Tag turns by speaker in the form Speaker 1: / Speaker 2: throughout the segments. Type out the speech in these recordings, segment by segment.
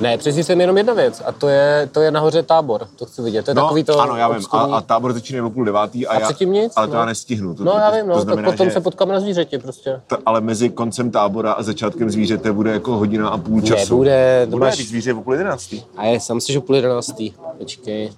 Speaker 1: Ne, přesně jsem jenom jedna věc a to je, to je nahoře tábor, to chci vidět. To je takový to
Speaker 2: No, ano, já vím. A,
Speaker 1: obskurní-
Speaker 2: a tábor začíná jenom půl devátý a,
Speaker 1: A
Speaker 2: já,
Speaker 1: předtím nic,
Speaker 2: ale to
Speaker 1: no.
Speaker 2: já nestihnu. To,
Speaker 1: No
Speaker 2: to,
Speaker 1: já vím,
Speaker 2: to
Speaker 1: no, tak
Speaker 2: znamená,
Speaker 1: potom
Speaker 2: že
Speaker 1: se potkáme na zvířeti prostě.
Speaker 2: t- ale mezi koncem tábora a začátkem zvířete bude jako hodina a půl času.
Speaker 1: Nebude, to
Speaker 2: bude
Speaker 1: máš-
Speaker 2: když zvíře je okolo jedenáctý.
Speaker 1: A je, sam si, že půl jedenáctý, počkej.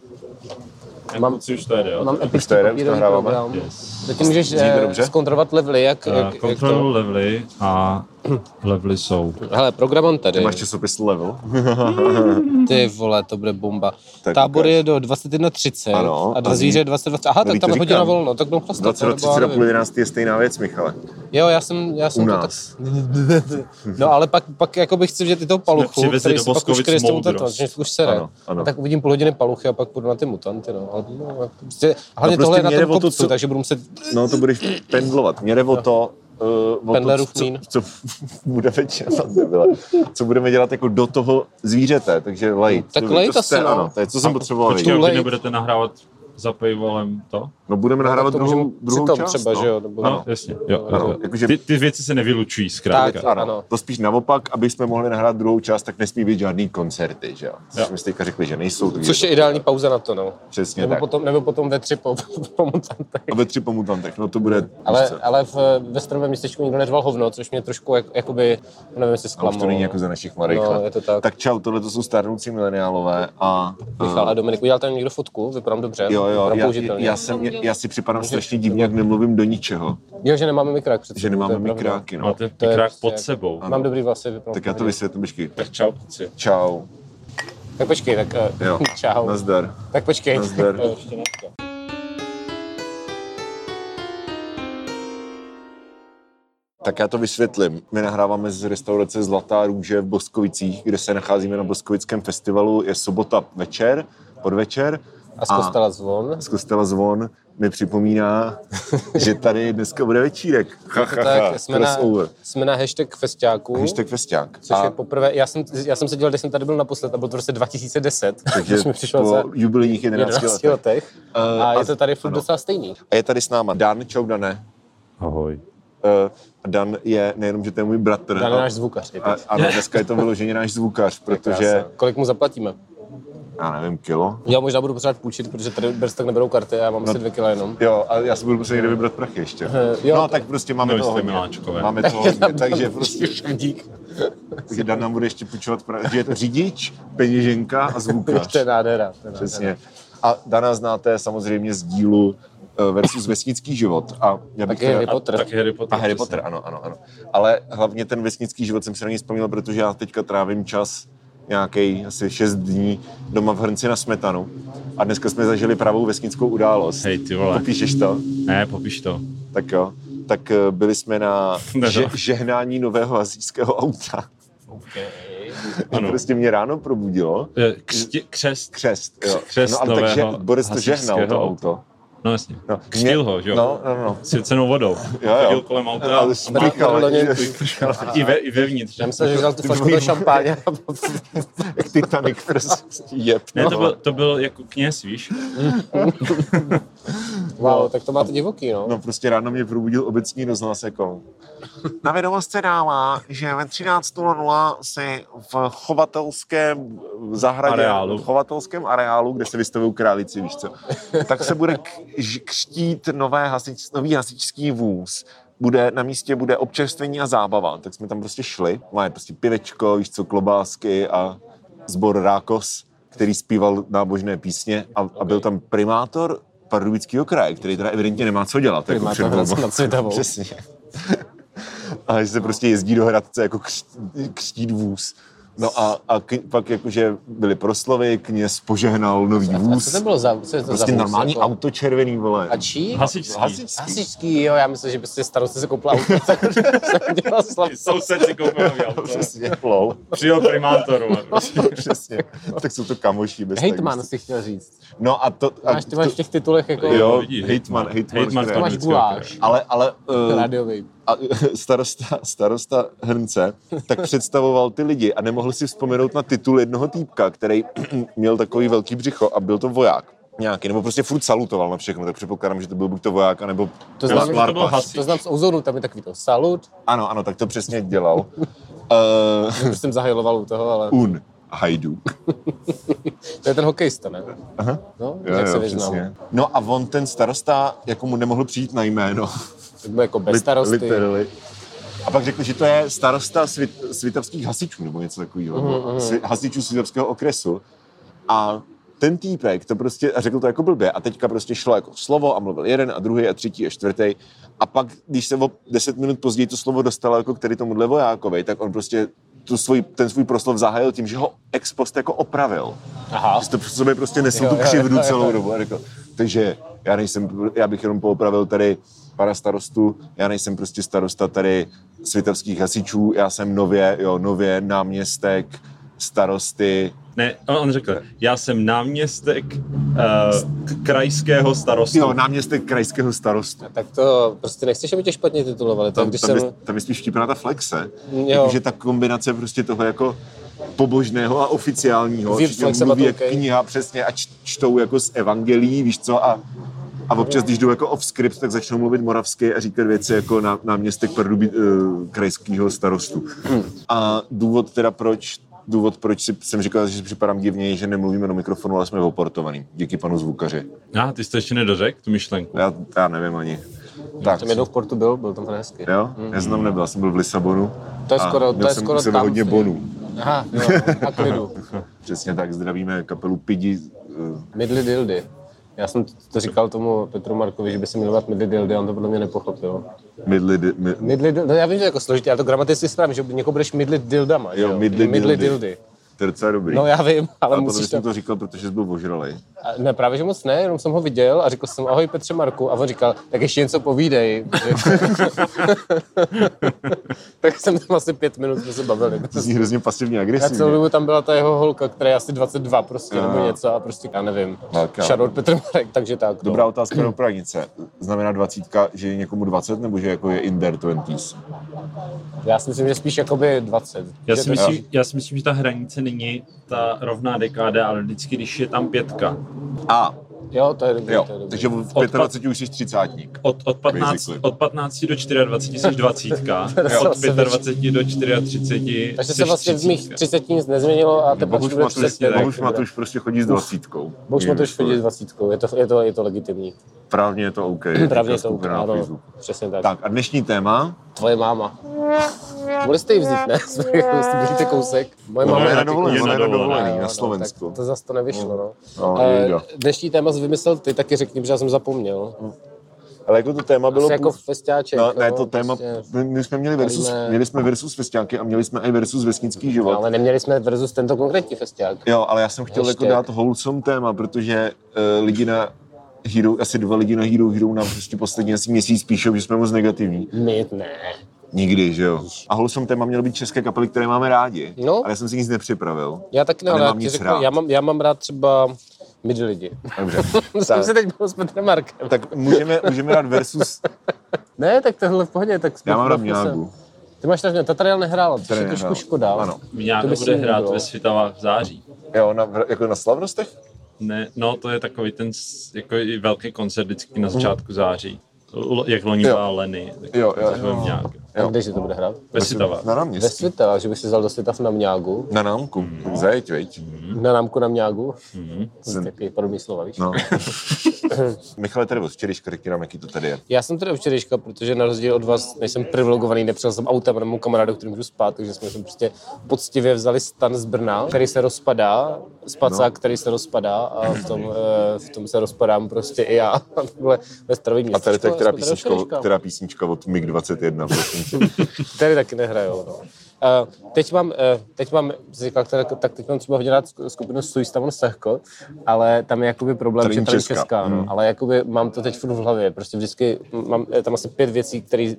Speaker 1: Mám,
Speaker 3: Kluci už to jede, jo?
Speaker 1: mám
Speaker 2: Už to
Speaker 1: epický
Speaker 2: jedem,
Speaker 1: papírový
Speaker 2: to hráváme.
Speaker 1: program.
Speaker 3: Yes.
Speaker 1: Teď můžeš
Speaker 2: Zní to
Speaker 1: eh,
Speaker 2: dobře?
Speaker 1: zkontrolovat levely, jak,
Speaker 3: Eh,
Speaker 1: jak, jak
Speaker 3: Kontrolu
Speaker 1: to...
Speaker 3: levely a levely jsou.
Speaker 1: Hele, program mám tady.
Speaker 2: Máš časopis level.
Speaker 1: Hm, Ty vole, to bude bomba.
Speaker 2: Tak
Speaker 1: Tábor
Speaker 2: ukáž.
Speaker 1: je do 21.30
Speaker 2: Ano,
Speaker 1: a
Speaker 2: a
Speaker 1: do zvíře
Speaker 2: zví-
Speaker 1: 2020. Aha, tak
Speaker 2: Víte,
Speaker 1: tam je hodina
Speaker 2: říkám.
Speaker 1: volno, tak budou chlastat.
Speaker 2: 20 do
Speaker 1: nebo já
Speaker 2: 30 do
Speaker 1: nevím.
Speaker 2: půl jedenáctý je stejná věc, Michale.
Speaker 1: Jo, já jsem, já jsem
Speaker 2: U
Speaker 1: to
Speaker 2: nás.
Speaker 1: tak... No ale pak, pak jako bych chci vidět i toho paluchu,
Speaker 3: přivezli
Speaker 1: který
Speaker 3: do
Speaker 1: se pak už
Speaker 3: Boskovic
Speaker 1: kryje s tou
Speaker 3: moudrost.
Speaker 1: tato, že už sere.
Speaker 2: Ano, ano.
Speaker 1: A tak uvidím půl hodiny paluchy a pak půjdu na ty mutanty, no. Ale, no, ale prostě, hlavně
Speaker 2: No, prostě
Speaker 1: tohle je na
Speaker 2: mě
Speaker 1: tom
Speaker 2: jde o to,
Speaker 1: kopcu,
Speaker 2: co-
Speaker 1: takže budu muset...
Speaker 2: No to budeš pendlovat. Mě jde o to, uh, o to
Speaker 1: Pendlerův
Speaker 2: co,
Speaker 1: mlýn.
Speaker 2: co, budeme dělat, debile. co budeme dělat jako do toho zvířete, takže lejt.
Speaker 1: tak
Speaker 2: To- to
Speaker 1: lejt
Speaker 2: jste-
Speaker 1: asi, no.
Speaker 2: Ano, to je, co jsem potřeboval
Speaker 3: Počkej,
Speaker 2: vědět.
Speaker 3: vy
Speaker 1: late.
Speaker 3: nebudete nahrávat za paywallem to?
Speaker 2: No budeme
Speaker 1: tak
Speaker 2: nahrávat
Speaker 1: to
Speaker 2: druhou,
Speaker 1: můžeme
Speaker 2: druhou
Speaker 1: přitom
Speaker 2: část.
Speaker 1: třeba,
Speaker 2: no.
Speaker 1: že jo, nebo-
Speaker 3: No, jasně. Jo,
Speaker 2: Ano,
Speaker 3: jo.
Speaker 2: jakože-
Speaker 3: Ty, ty věci se nevylučují zkrátka.
Speaker 1: Tak,
Speaker 2: Ano,
Speaker 1: Ano.
Speaker 2: to spíš naopak, aby jsme mohli nahrát druhou část, tak nesmí být žádný koncerty, že jo?
Speaker 3: Jo.
Speaker 2: Což jsme si teďka řekli, že nejsou. takže
Speaker 1: Což je
Speaker 2: to-
Speaker 1: ideální pauza na to, no.
Speaker 2: Přesně
Speaker 1: Nebo
Speaker 2: tak.
Speaker 1: potom, nebo potom ve tři po, po mutantech.
Speaker 2: A ve tři po mutantech, no to bude...
Speaker 1: Ale,
Speaker 2: víš co,
Speaker 1: ale v, ve stromém městečku nikdo neřval hovno, což mě trošku jak, jakoby, no nevím, jestli
Speaker 2: a už
Speaker 1: zklamalo.
Speaker 2: to není jako za našich mladých
Speaker 1: No,
Speaker 2: let.
Speaker 1: je to tak.
Speaker 2: tak čau, tohle to jsou starnoucí mileniálové a... eh,
Speaker 1: Michal a Dominik, udělal tam někdo fotku? Vypadám dobře?
Speaker 2: Jo, jo,
Speaker 1: Vypadám
Speaker 2: já,
Speaker 1: použitelně.
Speaker 2: já, jsem, já si připadám strašně divně, jak nemluvím do ničeho,
Speaker 1: Jo, že nemáme mikrák před
Speaker 2: že
Speaker 1: sebou, to
Speaker 2: nemáme
Speaker 1: je pravda.
Speaker 2: mikráky, no.
Speaker 3: Máte
Speaker 1: To je
Speaker 3: pikrák
Speaker 1: prostě
Speaker 3: pod
Speaker 1: jako-
Speaker 3: sebou.
Speaker 1: Mám dobrý vlasy, vypadám.
Speaker 2: Tak já to
Speaker 1: pohodě.
Speaker 2: vysvětlím, počkej.
Speaker 3: Tak čau, kluci.
Speaker 2: Čau.
Speaker 1: Tak počkej, tak eh,
Speaker 2: Jo.
Speaker 1: čau.
Speaker 2: Nazdar.
Speaker 1: Tak počkej.
Speaker 2: Nazdar.
Speaker 1: Eh, ještě ne.
Speaker 2: Tak já to vysvětlím. My nahráváme z restaurace Zlatá růže v Boskovicích, kde se nacházíme na Boskovickém festivalu. Je sobota večer, podvečer.
Speaker 1: A z kostela zvon.
Speaker 2: z kostela zvon mi připomíná, že tady dneska bude večírek. Ha, ha, ha,
Speaker 1: Tak jsme na,
Speaker 2: crossover.
Speaker 1: jsme na hashtag festiáku.
Speaker 2: Hashtag festiák.
Speaker 1: Což je poprvé, já jsem, já jsem se dělal, když jsem tady byl naposled, a bylo to v roce 2010,
Speaker 2: takže
Speaker 1: když mi přišlo za
Speaker 2: po jubilejních 11
Speaker 1: 11
Speaker 2: letech.
Speaker 1: letech.
Speaker 2: Eh,
Speaker 1: A je
Speaker 2: a-
Speaker 1: to tady furt
Speaker 2: ano.
Speaker 1: docela stejný.
Speaker 2: A je tady s náma Dan, čau Dané.
Speaker 3: Ahoj.
Speaker 2: Eh, Dan je nejenom, že to je můj bratr.
Speaker 1: Dan je
Speaker 2: a-
Speaker 1: náš zvukař. je
Speaker 2: A,
Speaker 1: teď.
Speaker 2: ano, dneska je to vyloženě náš zvukař, protože,
Speaker 1: Krása. Kolik mu zaplatíme?
Speaker 2: já nevím, kilo?
Speaker 1: Já možná budu potřebovat půjčit, protože tady bez tak neberou karty a já mám
Speaker 2: No.
Speaker 1: asi dvě kila jenom.
Speaker 2: Jo, a já si budu muset někde vybrat prachy ještě.
Speaker 1: Eh, jo,
Speaker 2: no,
Speaker 1: to-
Speaker 2: tak prostě máme
Speaker 3: No,
Speaker 2: to
Speaker 3: jste
Speaker 2: hodně.
Speaker 3: miláčkové.
Speaker 2: Máme to hodně, takže prostě
Speaker 1: Dík.
Speaker 2: takže Dan nám bude ještě půjčovat, pra- že je to řidič, peněženka a zvukař.
Speaker 1: To je nádhera. to je nádhera.
Speaker 2: Přesně. A Dana znáte samozřejmě z dílu eh, versus vesnický život. A já bych
Speaker 1: Tak je
Speaker 2: teda-
Speaker 1: Harry Potter.
Speaker 3: Taky Harry Potter.
Speaker 2: A Harry
Speaker 3: přesně.
Speaker 2: Potter, ano, ano, ano. Ale hlavně ten vesnický život jsem si na něj vzpomněl, protože já teďka trávím čas nějaký asi 6 dní doma v Hrnci na smetanu. A dneska jsme zažili pravou vesnickou událost.
Speaker 3: Hej, ty vole.
Speaker 2: Popíšeš to?
Speaker 3: Ne, popiš to.
Speaker 2: Tak jo. Tak eh, byli jsme na
Speaker 3: Ne,
Speaker 2: že,
Speaker 3: no.
Speaker 2: žehnání nového asijského auta.
Speaker 3: Ano.
Speaker 2: Prostě mě ráno probudilo.
Speaker 3: Eh, Křtě, křest.
Speaker 2: Křest, jo.
Speaker 3: Křest
Speaker 2: no, ale takže
Speaker 3: nového
Speaker 2: Boris to žehnal, to
Speaker 3: hasičského
Speaker 2: auto.
Speaker 3: No jasně.
Speaker 2: No,
Speaker 3: Křtil
Speaker 2: mě-
Speaker 3: ho, že jo?
Speaker 2: No, no, no.
Speaker 3: Svěcenou vodou.
Speaker 2: Jo, jo.
Speaker 3: Chodil kolem auta.
Speaker 2: Ale
Speaker 3: a má-
Speaker 2: smrkal,
Speaker 1: Marlon je-
Speaker 2: smrkal.
Speaker 3: I, ve, I vevnitř.
Speaker 1: Já myslím, že vzal tu
Speaker 2: Ty
Speaker 1: flašku
Speaker 2: vole.
Speaker 1: do šampáně. a
Speaker 2: Jak Titanic prostě jeb.
Speaker 3: Ne, to
Speaker 2: no.
Speaker 3: byl, to byl jako kněz, víš?
Speaker 1: Wow, tak to máte divoký, no.
Speaker 2: No prostě ráno mě probudil obecní rozhlas jako. Na vědomost se dává, že ve 13.00 si v chovatelském zahradě,
Speaker 3: Areálu.
Speaker 2: v chovatelském areálu, kde se vystavují králíci, víš co, tak se bude k, ž- křtít nové hasič, nový hasičský vůz. Bude, na místě bude občerstvení a zábava. Tak jsme tam prostě šli. Máme prostě pivečko, víš co, klobásky a sbor Rákos, který zpíval nábožné písně a, a byl tam primátor Pardubického kraje, který teda evidentně nemá co dělat. jako
Speaker 1: Primátor
Speaker 2: před
Speaker 1: Hradce
Speaker 2: volbou.
Speaker 1: nad Svitavou.
Speaker 2: Přesně. A že se prostě jezdí do Hradce jako kř- křtít vůz. No a, a k, pak jakože byly proslovy, kněz požehnal nový
Speaker 1: A co
Speaker 2: vůz.
Speaker 1: to bylo za, co je to
Speaker 2: Prostě
Speaker 1: za vůz,
Speaker 2: normální
Speaker 1: jako?
Speaker 2: auto červený, vole.
Speaker 1: A čí?
Speaker 3: Hasičský.
Speaker 2: Hasičský.
Speaker 1: Hasičský, jo, já myslím, že byste starosti se koupila auto, takže jsem dělal slavu.
Speaker 3: Soused si koupil nový auto.
Speaker 2: Přesně, lol.
Speaker 3: Přijel primátoru. a prostě-
Speaker 2: Přesně. Tak jsou to kamoši. Bez tak,
Speaker 1: Hejtman
Speaker 2: víš co.
Speaker 1: si chtěl říct.
Speaker 2: No a to... A
Speaker 1: Máš, ty máš v těch titulech jako...
Speaker 2: Jo,
Speaker 3: vidí,
Speaker 2: hejtman, hejtman,
Speaker 3: Hejtman
Speaker 2: které-
Speaker 1: to máš
Speaker 3: Pardubického
Speaker 1: guláš.
Speaker 2: Ale, ale uh,
Speaker 1: Rádiový.
Speaker 2: a starosta, starosta Hrnce, tak představoval ty lidi a nemohl si vzpomenout na titul jednoho týpka, který měl takový velký břicho a byl to voják nějaký, nebo prostě furt salutoval na všechno, tak předpokládám, že to byl buď to voják, anebo
Speaker 1: To
Speaker 2: nebo
Speaker 1: znám, že to
Speaker 3: byl
Speaker 2: larpař.
Speaker 3: hasič.
Speaker 1: To znám z ozonu, tam je takový to salut,
Speaker 2: Ano, ano, tak to přesně dělal. uh,
Speaker 1: už jsem zahajloval u toho, ale...
Speaker 2: un. hajdů.
Speaker 1: To je ten hokejista, ne?
Speaker 2: Aha.
Speaker 1: No, jak se vyznám.
Speaker 2: No a on ten starosta, jako mu nemohl přijít na jméno.
Speaker 1: Tak byl jako bez starosty.
Speaker 2: Literally. A pak řekl, že to je starosta svit, svitavských hasičů nebo něco takového.
Speaker 1: Mhm,
Speaker 2: Mm, Svi, hasičů svitavského okresu. A ten týpek to prostě a řekl to jako blbě a teďka prostě šlo jako slovo a mluvil jeden a druhý a třetí a čtvrtý a pak, když se o deset minut později to slovo dostalo jako k tady tomuhle vojákovi, tak on prostě tu svůj, ten svůj proslov zahájil tím, že ho ex post jako opravil.
Speaker 1: Aha.
Speaker 2: Že to v sobě prostě nesl
Speaker 1: Jo,
Speaker 2: tu
Speaker 1: jo,
Speaker 2: křivdu
Speaker 1: jo, jo.
Speaker 2: celou dobu. A řekl, takže já nejsem, já bych jenom poopravil tady para starostů, já nejsem prostě starosta tady svitavských hasičů, já jsem nově, jo, nově náměstek starosty
Speaker 3: Ne, on, on řekl, já jsem náměstek uh, krajského starostu.
Speaker 2: Jo, náměstek krajského starostu.
Speaker 1: Tak to prostě nechceš, aby tě špatně titulovali. Tak
Speaker 2: Tam,
Speaker 1: když
Speaker 2: tam, jsem...
Speaker 1: jsem...
Speaker 2: je, tam je spíš vtipná ta flexe.
Speaker 1: Jo.
Speaker 2: Jakože ta kombinace prostě toho jako pobožného a oficiálního.
Speaker 1: Weird
Speaker 2: že
Speaker 1: flexe,
Speaker 2: mluví
Speaker 1: but
Speaker 2: jak
Speaker 1: okay.
Speaker 2: kniha přesně a č- čtou jako z evangelií, víš co, a a občas, když jdou jako off script, tak začnou mluvit moravsky a říkat věci jako na, náměstek Pardubí uh, krajského starostu. A důvod teda proč, důvod proč si, jsem říkal, že si připadám divně, je, že nemluvíme do mikrofonu, ale jsme oportovaný. Díky panu zvukaři.
Speaker 3: A ty jsi to ještě nedořekl, tu myšlenku.
Speaker 2: Já, já nevím ani. Tak,
Speaker 1: Jsem jednou v Portu byl, byl tam hezky.
Speaker 2: Jo? Já jsem tam nebyl, já jsem byl v Lisabonu.
Speaker 1: Mhm. To je
Speaker 2: a
Speaker 1: skoro- to
Speaker 2: měl
Speaker 1: je
Speaker 2: jsem
Speaker 1: skoro
Speaker 2: u sebe
Speaker 1: tam.
Speaker 2: hodně bonů.
Speaker 1: Aha, jo, a klidu.
Speaker 2: Přesně tak, zdravíme kapelu Pidi. eh,
Speaker 1: Midly dildy. Já jsem to říkal tomu Petru Markovi, že by se jmenovat Midly dildy, on to podle mě nepochopil.
Speaker 2: Midli, di- mi,
Speaker 1: Midly dildy, no já vím, že je jako složitě, ale to gramaticky správně, že někoho budeš midlit dildama, že
Speaker 2: jo, Midli,
Speaker 1: midly
Speaker 2: dildy.
Speaker 1: dildy.
Speaker 2: To je docela dobrý.
Speaker 1: No já vím, ale,
Speaker 2: ale
Speaker 1: musíš
Speaker 2: musíš
Speaker 1: to...
Speaker 2: jsem to říkal, protože jsi byl ožralej.
Speaker 1: A Ne, právě že moc ne, jenom jsem ho viděl a řekl jsem ahoj Petře Marku a on říkal, tak ještě něco povídej. že- tak jsem tam asi pět minut jsme se bavili.
Speaker 2: To zní hrozně pasivně
Speaker 1: A celou
Speaker 2: agresivně.
Speaker 1: dobu tam byla ta jeho holka, která je asi 22 prostě, nebo něco a prostě já nevím.
Speaker 2: Velká.
Speaker 1: Shoutout Petr Marek, takže tak. no.
Speaker 2: Dobrá otázka do pranice. Znamená dvacítka, že je někomu 20, nebo že jako je in their 20s?
Speaker 1: Já si myslím, že spíš jakoby 20.
Speaker 3: Já
Speaker 1: Že
Speaker 3: si,
Speaker 1: to-
Speaker 3: myslím, já si myslím, že ta hranice není ta rovná dekáda, ale vždycky, když je tam pětka.
Speaker 2: A,
Speaker 1: Jo, to je dobrý,
Speaker 2: jo,
Speaker 1: to je dobrý.
Speaker 2: takže v
Speaker 3: Odpad-
Speaker 2: 25 už jsi třicátník.
Speaker 3: Od, od, 15,
Speaker 2: Basically.
Speaker 3: od 15 do 24 jsi 20,
Speaker 1: Jo.
Speaker 3: od 25 do 34
Speaker 1: Takže se
Speaker 3: seš
Speaker 1: vlastně v mých
Speaker 3: 30.
Speaker 1: 30 nic nezměnilo a teprve
Speaker 2: Bohuš
Speaker 1: bude
Speaker 2: Matuš,
Speaker 1: 35.
Speaker 2: Bohuš Matuš prostě chodí s dvacítkou.
Speaker 1: Bohuž Matuš chodí s 20, je to, je to, je to legitimní.
Speaker 2: Právně je to OK.
Speaker 1: Právě je
Speaker 2: Teďka
Speaker 1: to
Speaker 2: skupina
Speaker 1: úplně,
Speaker 2: na
Speaker 1: ano,
Speaker 2: Facebooku.
Speaker 1: přesně tak.
Speaker 2: Tak a dnešní téma,
Speaker 1: Tvoje máma. Bude jste jí vzít, ne? Budete kousek. Moje
Speaker 2: No,
Speaker 1: máma
Speaker 2: ona je
Speaker 1: je
Speaker 2: na
Speaker 1: taky
Speaker 2: dovolené,
Speaker 1: kousek.
Speaker 2: ona je na
Speaker 3: dovolené,
Speaker 2: dovolené,
Speaker 1: Jo,
Speaker 2: na
Speaker 1: no,
Speaker 2: Slovensku.
Speaker 1: tak To zase to nevyšlo, no.
Speaker 2: No,
Speaker 1: Eh,
Speaker 2: jejda.
Speaker 1: Dnešní téma jsi vymyslel ty, taky řekni, protože já jsem zapomněl.
Speaker 2: Ale jako to téma bylo...
Speaker 1: Asi jako
Speaker 2: pův-
Speaker 1: festiáček.
Speaker 2: No, ne,
Speaker 1: no,
Speaker 2: to téma,
Speaker 1: prostě.
Speaker 2: my, my jsme měli versus,
Speaker 1: Bavíme-
Speaker 2: měli jsme versus festiáky a měli jsme i versus vesnický
Speaker 1: No,
Speaker 2: život.
Speaker 1: ale neměli jsme versus tento konkrétní festiák.
Speaker 2: Jo, ale já jsem chtěl jako
Speaker 1: Hashtag.
Speaker 2: dát wholesome téma, protože uh, lidi na Hero, asi dva lidi na Hero Hero nám prostě poslední asi měsíc píšou, že jsme moc negativní.
Speaker 1: My ne.
Speaker 2: Nikdy, že jo. A wholesome téma mělo být české kapely, které máme rádi.
Speaker 1: No.
Speaker 2: Ale já jsem si nic nepřipravil.
Speaker 1: Já taky ne,
Speaker 2: A
Speaker 1: ale já,
Speaker 2: nemám
Speaker 1: ti
Speaker 2: nic
Speaker 1: řeknu,
Speaker 2: rád.
Speaker 1: já, mám, já mám rád třeba midi lidi.
Speaker 2: Dobře.
Speaker 1: Jsem se teď byl s Petrem Markem.
Speaker 2: tak můžeme, můžeme dát versus,
Speaker 1: Ne, tak tohle v pohodě. Tak
Speaker 2: já mám rád
Speaker 1: bavme se.
Speaker 2: Mňágu.
Speaker 1: Ty máš rád, ta tady ale nehrála, což je
Speaker 2: Tady
Speaker 1: trošku
Speaker 2: nehrál.
Speaker 1: škoda.
Speaker 2: Ano.
Speaker 1: To
Speaker 3: Mňága
Speaker 1: by si
Speaker 3: bude hrát
Speaker 1: nebylo.
Speaker 3: ve Svitavách v září.
Speaker 2: Jo, na, jako na slavnostech?
Speaker 3: Ne, no to je takový ten s- jako i velký koncert vždycky na začátku září. L- jak loni
Speaker 2: Jo.
Speaker 3: byla Leny, tak
Speaker 2: Jo, jo,
Speaker 3: takový Mňága.
Speaker 1: A kde se to bude hrát?
Speaker 3: Ve Svitavách.
Speaker 2: Na
Speaker 1: Ve
Speaker 2: náměstí.
Speaker 1: Svitavách, že bych si vzal do Svitav na Mňágu,
Speaker 2: Na námku. Tak zajeď, veď.
Speaker 1: na námku na Mňágu.
Speaker 2: Mhm.
Speaker 1: Mm-hmm. Taky podobný slova, víš?
Speaker 2: No. Michale, tady od včerejška rekýrám, jaký to tady je.
Speaker 1: Já jsem teda včerejška, protože na rozdíl od vás nejsem privilegovaný, nepřijel jsem autem nebo kamarádu, který můžu spát, takže jsme sem prostě poctivě vzali stan z Brna, který se rozpadá, spacák, no. který se rozpadá a v tom, eh, v tom se rozpadám prostě i já. Takhle ve starovém
Speaker 2: A tady to je která
Speaker 1: jsme tady
Speaker 2: písnička,
Speaker 1: včerejška.
Speaker 2: která písnička od MiG-21, prosím tě.
Speaker 1: Tady taky nehrajou. No. Uh, teď mám, uh, teď mám, jsi říkal, tak, tak teď mám třeba hodně rád sk- skupinu Suistavon Sehko, ale tam je jakoby problém,
Speaker 2: Tady Hmm.
Speaker 1: že
Speaker 2: není
Speaker 1: tady
Speaker 2: Česka.
Speaker 1: česká, česká no. ale jakoby mám to teď furt v hlavě, prostě vždycky mám eh, tam asi pět věcí, které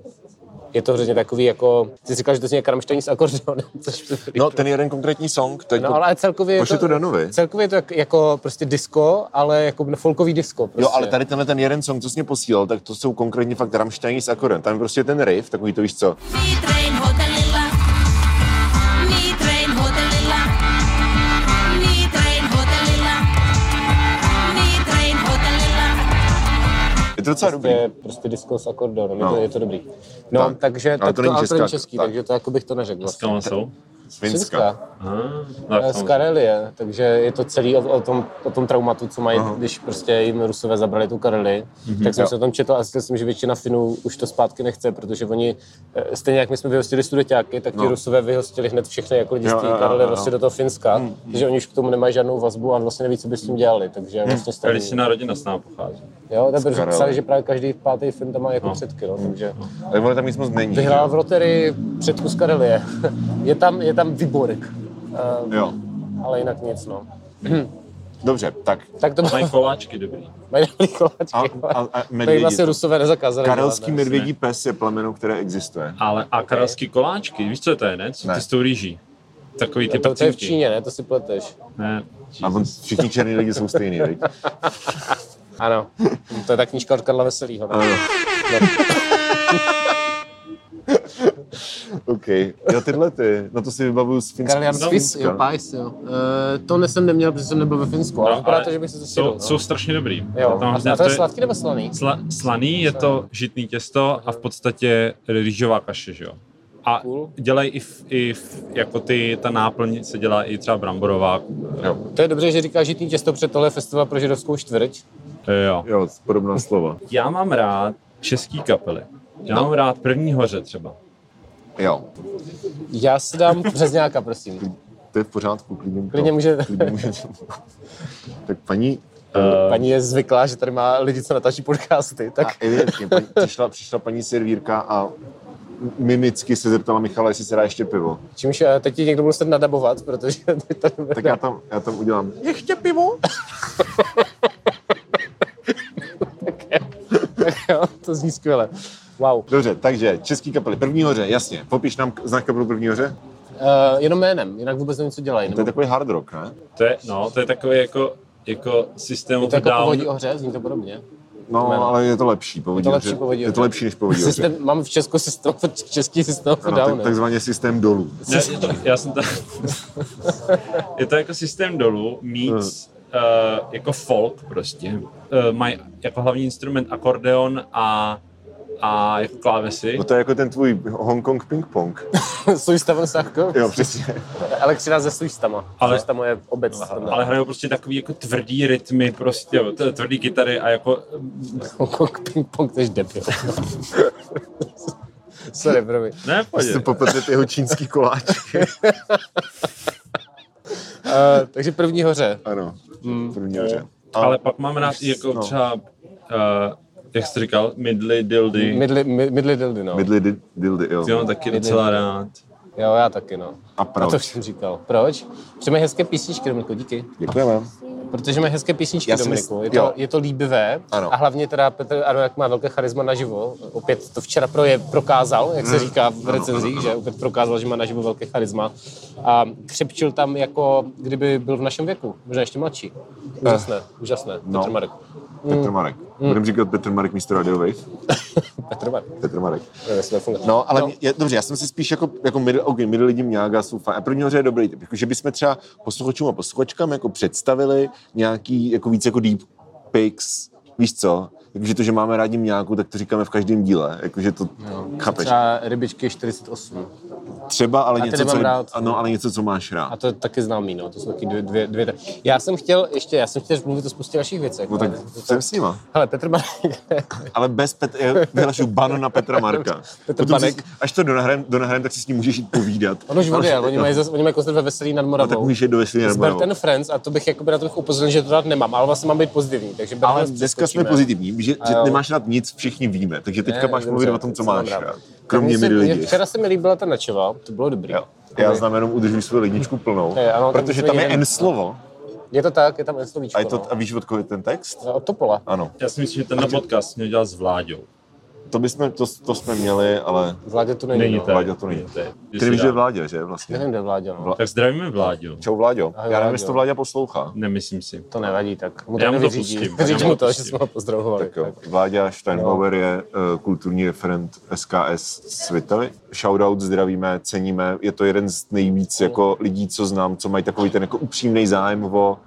Speaker 1: je to hrozně takový jako, ty jsi říkal, že to zní kramštění s akordeonem, což
Speaker 2: No, ten jeden konkrétní song, to je
Speaker 1: No, ale celkově je
Speaker 2: Pošli to Danovi.
Speaker 1: Celkově je to jak, jako prostě disco, ale jako folkový disco. Prostě.
Speaker 2: Jo, ale tady tenhle ten jeden song, co jsi mě posílal, tak to jsou konkrétně fakt Rammstein s akorem. Tam je prostě ten riff, takový to víš co.
Speaker 4: Mitrain hotellilla. Mitrain hotellilla. Mitrain hotellilla. Mitrain hotellilla.
Speaker 2: Je to docela
Speaker 1: prostě,
Speaker 2: dobrý.
Speaker 1: prostě disco s akordeonem,
Speaker 2: No.
Speaker 1: no. je, to, je to dobrý. No,
Speaker 2: Tak.
Speaker 1: tak, takže
Speaker 2: Ale
Speaker 1: tak
Speaker 2: to
Speaker 1: to,
Speaker 2: není
Speaker 1: ale to není
Speaker 2: česká-
Speaker 1: český,
Speaker 2: tak.
Speaker 1: takže to jako bych to neřekl.
Speaker 3: S kama jsou?
Speaker 2: Z Finska. Eh,
Speaker 1: Finska,
Speaker 3: Aha, no, tak
Speaker 1: z
Speaker 3: samozřejmě.
Speaker 1: Karelie. Takže je to celý o, o, tom, o tom traumatu, co mají, když prostě jim Rusové zabrali tu Kareli. Tak jsem
Speaker 2: Mhm. Jo.
Speaker 1: se o tom četl a zjistil jsem, že většina Finů už to zpátky nechce, protože oni, eh, stejně jak my jsme vyhostili studeťáky, tak ti
Speaker 2: No.
Speaker 1: Rusové vyhostili hned všechny jako lidi z
Speaker 2: Jo,
Speaker 1: té
Speaker 2: jo, jo,
Speaker 1: Karely
Speaker 2: jo, Mhm. jo.
Speaker 1: vlastně do toho Finska, že oni už k tomu nemají žádnou vazbu a vlastně neví, co by s tím dělali. Takže vlastně strašně.
Speaker 3: Elišina rodina s námi pochází.
Speaker 1: Jo, tak protože
Speaker 2: Mhm. Karely.
Speaker 1: psali, že právě každý pátý film tam má jako předky, no, takže
Speaker 2: Ale vole, tam nic moc není.
Speaker 1: vyhrál v Rotary předku z Karelie. je tam, je tam Vyborg, eh,
Speaker 2: že Jo. Jo.
Speaker 1: ale jinak nic, no.
Speaker 2: Dobře, tak.
Speaker 1: Tak to
Speaker 3: Mají koláčky dobrý.
Speaker 1: mají dobrý koláčky.
Speaker 2: A,
Speaker 1: ale-
Speaker 2: a, a
Speaker 1: Tady
Speaker 2: medvědi.
Speaker 1: vlastně Rusové nezakázali.
Speaker 2: Karelský
Speaker 1: dělat, ne?
Speaker 2: medvědí pes je plemeno, které existuje.
Speaker 3: Ale a karelský koláčky, víš, co to je, ne? Co
Speaker 2: Ne.
Speaker 3: ty s tou rýží? Takový ty
Speaker 1: to, to je v
Speaker 3: prcinky.
Speaker 1: Číně, ne? To si pleteš.
Speaker 3: Ne.
Speaker 2: A on, všichni černí lidi jsou stejný, viď?
Speaker 1: Ano. To je ta knížka od Karla Veselýho. Ne?
Speaker 2: OK. Jo, tyhle ty. No to si vybavuju z Finska.
Speaker 1: Karel Jan Fis,
Speaker 2: z Finska.
Speaker 1: jo, Pais, jo. E, tohle jsem neměl, protože jsem nebyl ve Finsku,
Speaker 2: No,
Speaker 1: ale vypadá to, že bych se to sjedl. no.
Speaker 3: jsou, jsou strašně dobrý.
Speaker 1: Jo.
Speaker 3: Tam
Speaker 1: A,
Speaker 3: hrozně-
Speaker 1: a to je sladký nebo slaný?
Speaker 3: Sla, slaný je to žitný těsto a v podstatě rýžová kaše, že jo? A
Speaker 1: Cool.
Speaker 3: dělají i, v, i v, jako ty, ta náplň se dělá i třeba bramborová.
Speaker 2: Jo.
Speaker 1: To je dobře, že říkáš žitný těsto, protože tohle je festival pro židovskou čtvrť.
Speaker 3: E, Jo.
Speaker 2: Jo, podobná slova.
Speaker 3: Já mám rád český kapely.
Speaker 1: No.
Speaker 3: Já mám rád první hoře třeba.
Speaker 2: Jo,
Speaker 1: Já si dám březňáka, prosím.
Speaker 2: to je v pořádku, klidně, to-
Speaker 1: Klidně můžete.
Speaker 2: klidně můžete. tak paní, Eh.
Speaker 1: Paní je zvyklá, že tady má lidi, co natáčí podcasty, tak
Speaker 2: a evidentně, paní, přišla, přišla paní servírka a mimicky se zeptala Michala, jestli se dá ještě pivo.
Speaker 1: čímž eh, teď ti někdo bude muset nadabovat, protože ty tady
Speaker 2: Tak já tam, já tam udělám.
Speaker 1: ještě pivo? tak jo, to zní skvěle. Wow. Uh,
Speaker 2: Dobře, takže český kapely, první hoře, jasně. Popiš nám k- znak kapelu první hoře.
Speaker 1: Eh, jenom jménem, jinak vůbec nevím, co dělají.
Speaker 2: To je
Speaker 1: Nebo...
Speaker 2: takový hard rock, ne?
Speaker 3: To je, no, to je takový jako, jako systém
Speaker 1: To je jako
Speaker 3: down.
Speaker 1: povodí ohře, zní to podobně.
Speaker 2: No,
Speaker 1: Jméno.
Speaker 2: ale je to lepší povodí.
Speaker 1: Je to lepší
Speaker 2: hoře.
Speaker 1: povodí
Speaker 2: je
Speaker 1: hoře.
Speaker 2: to lepší než povodí. hoře.
Speaker 1: Systém, mám v Česku systém, český systém
Speaker 2: Ano,
Speaker 1: no, down.
Speaker 2: tak, takzvaně systém dolů.
Speaker 3: Ne, je to, já jsem tam, je to jako systém dolů,
Speaker 1: Hmm.
Speaker 3: meets uh, jako folk prostě. Uh, mají jako hlavní instrument akordeon a, a jako klávesy.
Speaker 2: No to je jako ten tvůj Hongkong ping pong.
Speaker 1: Suj Stavon Sávko?
Speaker 2: Jo, přesně.
Speaker 1: Elektřina ze Sujstama. Ale...
Speaker 3: Ale-
Speaker 1: Sujstamo je obec. tam.
Speaker 3: Ale hrajou prostě takový jako tvrdý rytmy, prostě jo, t- tvrdý kytary a jako
Speaker 1: Hongkong ping pong, to je debil. Sorry, promiň.
Speaker 3: ne, v pohodě.
Speaker 2: Chci popetřet jeho čínský koláčky.
Speaker 1: Uh, takže první hoře.
Speaker 2: Ano,
Speaker 1: Hmm.
Speaker 2: první hoře.
Speaker 3: Ale pak mám rád i jako
Speaker 2: No.
Speaker 3: třeba, uh, jak jsi říkal, midly, dildy.
Speaker 1: Midli, mi- midli dildy, no.
Speaker 2: Midly di- dildy, jo.
Speaker 3: Ty mám taky docela rád.
Speaker 1: Jo, já taky, no.
Speaker 2: A
Speaker 1: A to
Speaker 2: proč?
Speaker 1: už jsem říkal. Proč? Protože mají hezké písničky, Dominiku, díky.
Speaker 2: Děkujeme.
Speaker 1: Protože mají hezké písničky,
Speaker 2: Já si
Speaker 1: Dominiku.
Speaker 2: mysl-
Speaker 1: Je to,
Speaker 2: jo.
Speaker 1: je to líbivé.
Speaker 2: Ano.
Speaker 1: A hlavně teda Petr Arojak má velké charisma naživo. Opět to včera proje prokázal, jak
Speaker 2: Hmm.
Speaker 1: se říká v recenzích, že opět prokázal, že má naživo velké charisma. A křepčil tam jako kdyby byl v našem věku, možná ještě mladší. Úžasné, úžasné.
Speaker 2: No.
Speaker 1: Petr Marek.
Speaker 2: Petr Marek. Budeme říkat Petr Marek místo Radio Wave.
Speaker 1: Petr Marek.
Speaker 2: Petr Marek.
Speaker 1: Nevím, jestli to funguje.
Speaker 2: No, ale no. Je, dobře, já jsem si spíš jako, jako middle, okay, middle lidi mňága jsou fajn. A první hoře je dobrý typ. Jako, že bychom třeba posluchačům a posluchačkám jako představili nějaký jako víc jako deep pics, víš co? Takže to, že máme rádi mňáku, tak to říkáme v každém díle. Jakože to,
Speaker 1: No.
Speaker 2: chápeš?
Speaker 1: Třeba rybičky 48.
Speaker 2: Třeba, ale
Speaker 1: A ty
Speaker 2: něco, co,
Speaker 1: nemám rád.
Speaker 2: ano, ale něco, co máš rád.
Speaker 1: A to je taky známý, no. To jsou taky dvě, dvě, dvě. Já jsem chtěl ještě, já jsem chtěl mluvit o spoustě dalších věcech.
Speaker 2: No tak
Speaker 1: ale to-
Speaker 2: jsem s nima.
Speaker 1: Hele, Petr Marek,
Speaker 2: Ale bez Pet, eh, vyhlašu banu na Petra Marka.
Speaker 1: Petr
Speaker 2: Potom si,
Speaker 1: Panek.
Speaker 2: až to donahrajem, donahrajem, tak si s ním můžeš jít povídat.
Speaker 1: on už odjel, oni
Speaker 2: No,
Speaker 1: mají, zas- oni mají koncert ve Veselí nad
Speaker 2: no, tak
Speaker 1: Moravou.
Speaker 2: můžeš jít do Veselí
Speaker 1: s Bert and Friends a to bych, jakoby, na to bych upozornil, že to dát nemám, ale vlastně mám být pozitivní, takže Bert
Speaker 2: Ale
Speaker 1: and Friends
Speaker 2: dneska jsme
Speaker 1: přeskočíme.
Speaker 2: pozitivní, že, že
Speaker 1: A jo.
Speaker 2: nemáš rád nic, všichni víme. Takže teďka
Speaker 1: Ne,
Speaker 2: máš
Speaker 1: dobře,
Speaker 2: mluvit o tom, co
Speaker 1: mám
Speaker 2: máš
Speaker 1: rád.
Speaker 2: rád.
Speaker 1: Tak
Speaker 2: Kromě
Speaker 1: mně se-
Speaker 2: mi
Speaker 1: mě-
Speaker 2: lidí.
Speaker 1: Včera se mi líbila ta načeva, to bylo dobrý.
Speaker 2: Jo. Já znamenám, udržuji svou ledničku plnou,
Speaker 1: Ne, ano, tam
Speaker 2: protože
Speaker 1: jsme
Speaker 2: tam je
Speaker 1: jeden-
Speaker 2: N slovo.
Speaker 1: Je to tak, je tam jen slovíčko,
Speaker 2: A, je to,
Speaker 1: no.
Speaker 2: a víš, od koho je ten text?
Speaker 1: No, Od Topola.
Speaker 2: Ano.
Speaker 3: Já si myslím, že tenhle podcast měl dělat s Vláďou.
Speaker 2: To, bychom, to, to jsme měli, ale
Speaker 1: Vládě to není,
Speaker 3: Není
Speaker 1: no.
Speaker 3: to.
Speaker 2: Vláďa to není.
Speaker 3: To je-
Speaker 2: Ty nevíš,
Speaker 3: jestli
Speaker 2: že je
Speaker 3: dá.
Speaker 2: vládě, že vlastně?
Speaker 1: Nevím, kde Vládě, no.
Speaker 2: Vla-
Speaker 3: Tak zdravíme Vláďu.
Speaker 2: Čau, Vláďo.
Speaker 1: Ahoj,
Speaker 2: Já
Speaker 1: Vláďo.
Speaker 2: nevím, jestli to vládě poslouchá.
Speaker 3: Nemyslím si.
Speaker 1: To nevadí, tak mu
Speaker 3: Já
Speaker 1: to
Speaker 3: mu to
Speaker 1: nevyřídí.
Speaker 3: pustím,
Speaker 1: Říct
Speaker 3: já mu
Speaker 1: mu
Speaker 3: to
Speaker 1: to, že
Speaker 3: pustím.
Speaker 1: jsme ho pozdravovali.
Speaker 2: Tak jo. Vláďa Steinbauer je eh, kulturní referent SKS Svitavy. Shoutout, zdravíme, ceníme. Je to jeden z nejvíc jako lidí, co znám, co mají takový ten jako upřímný zájem o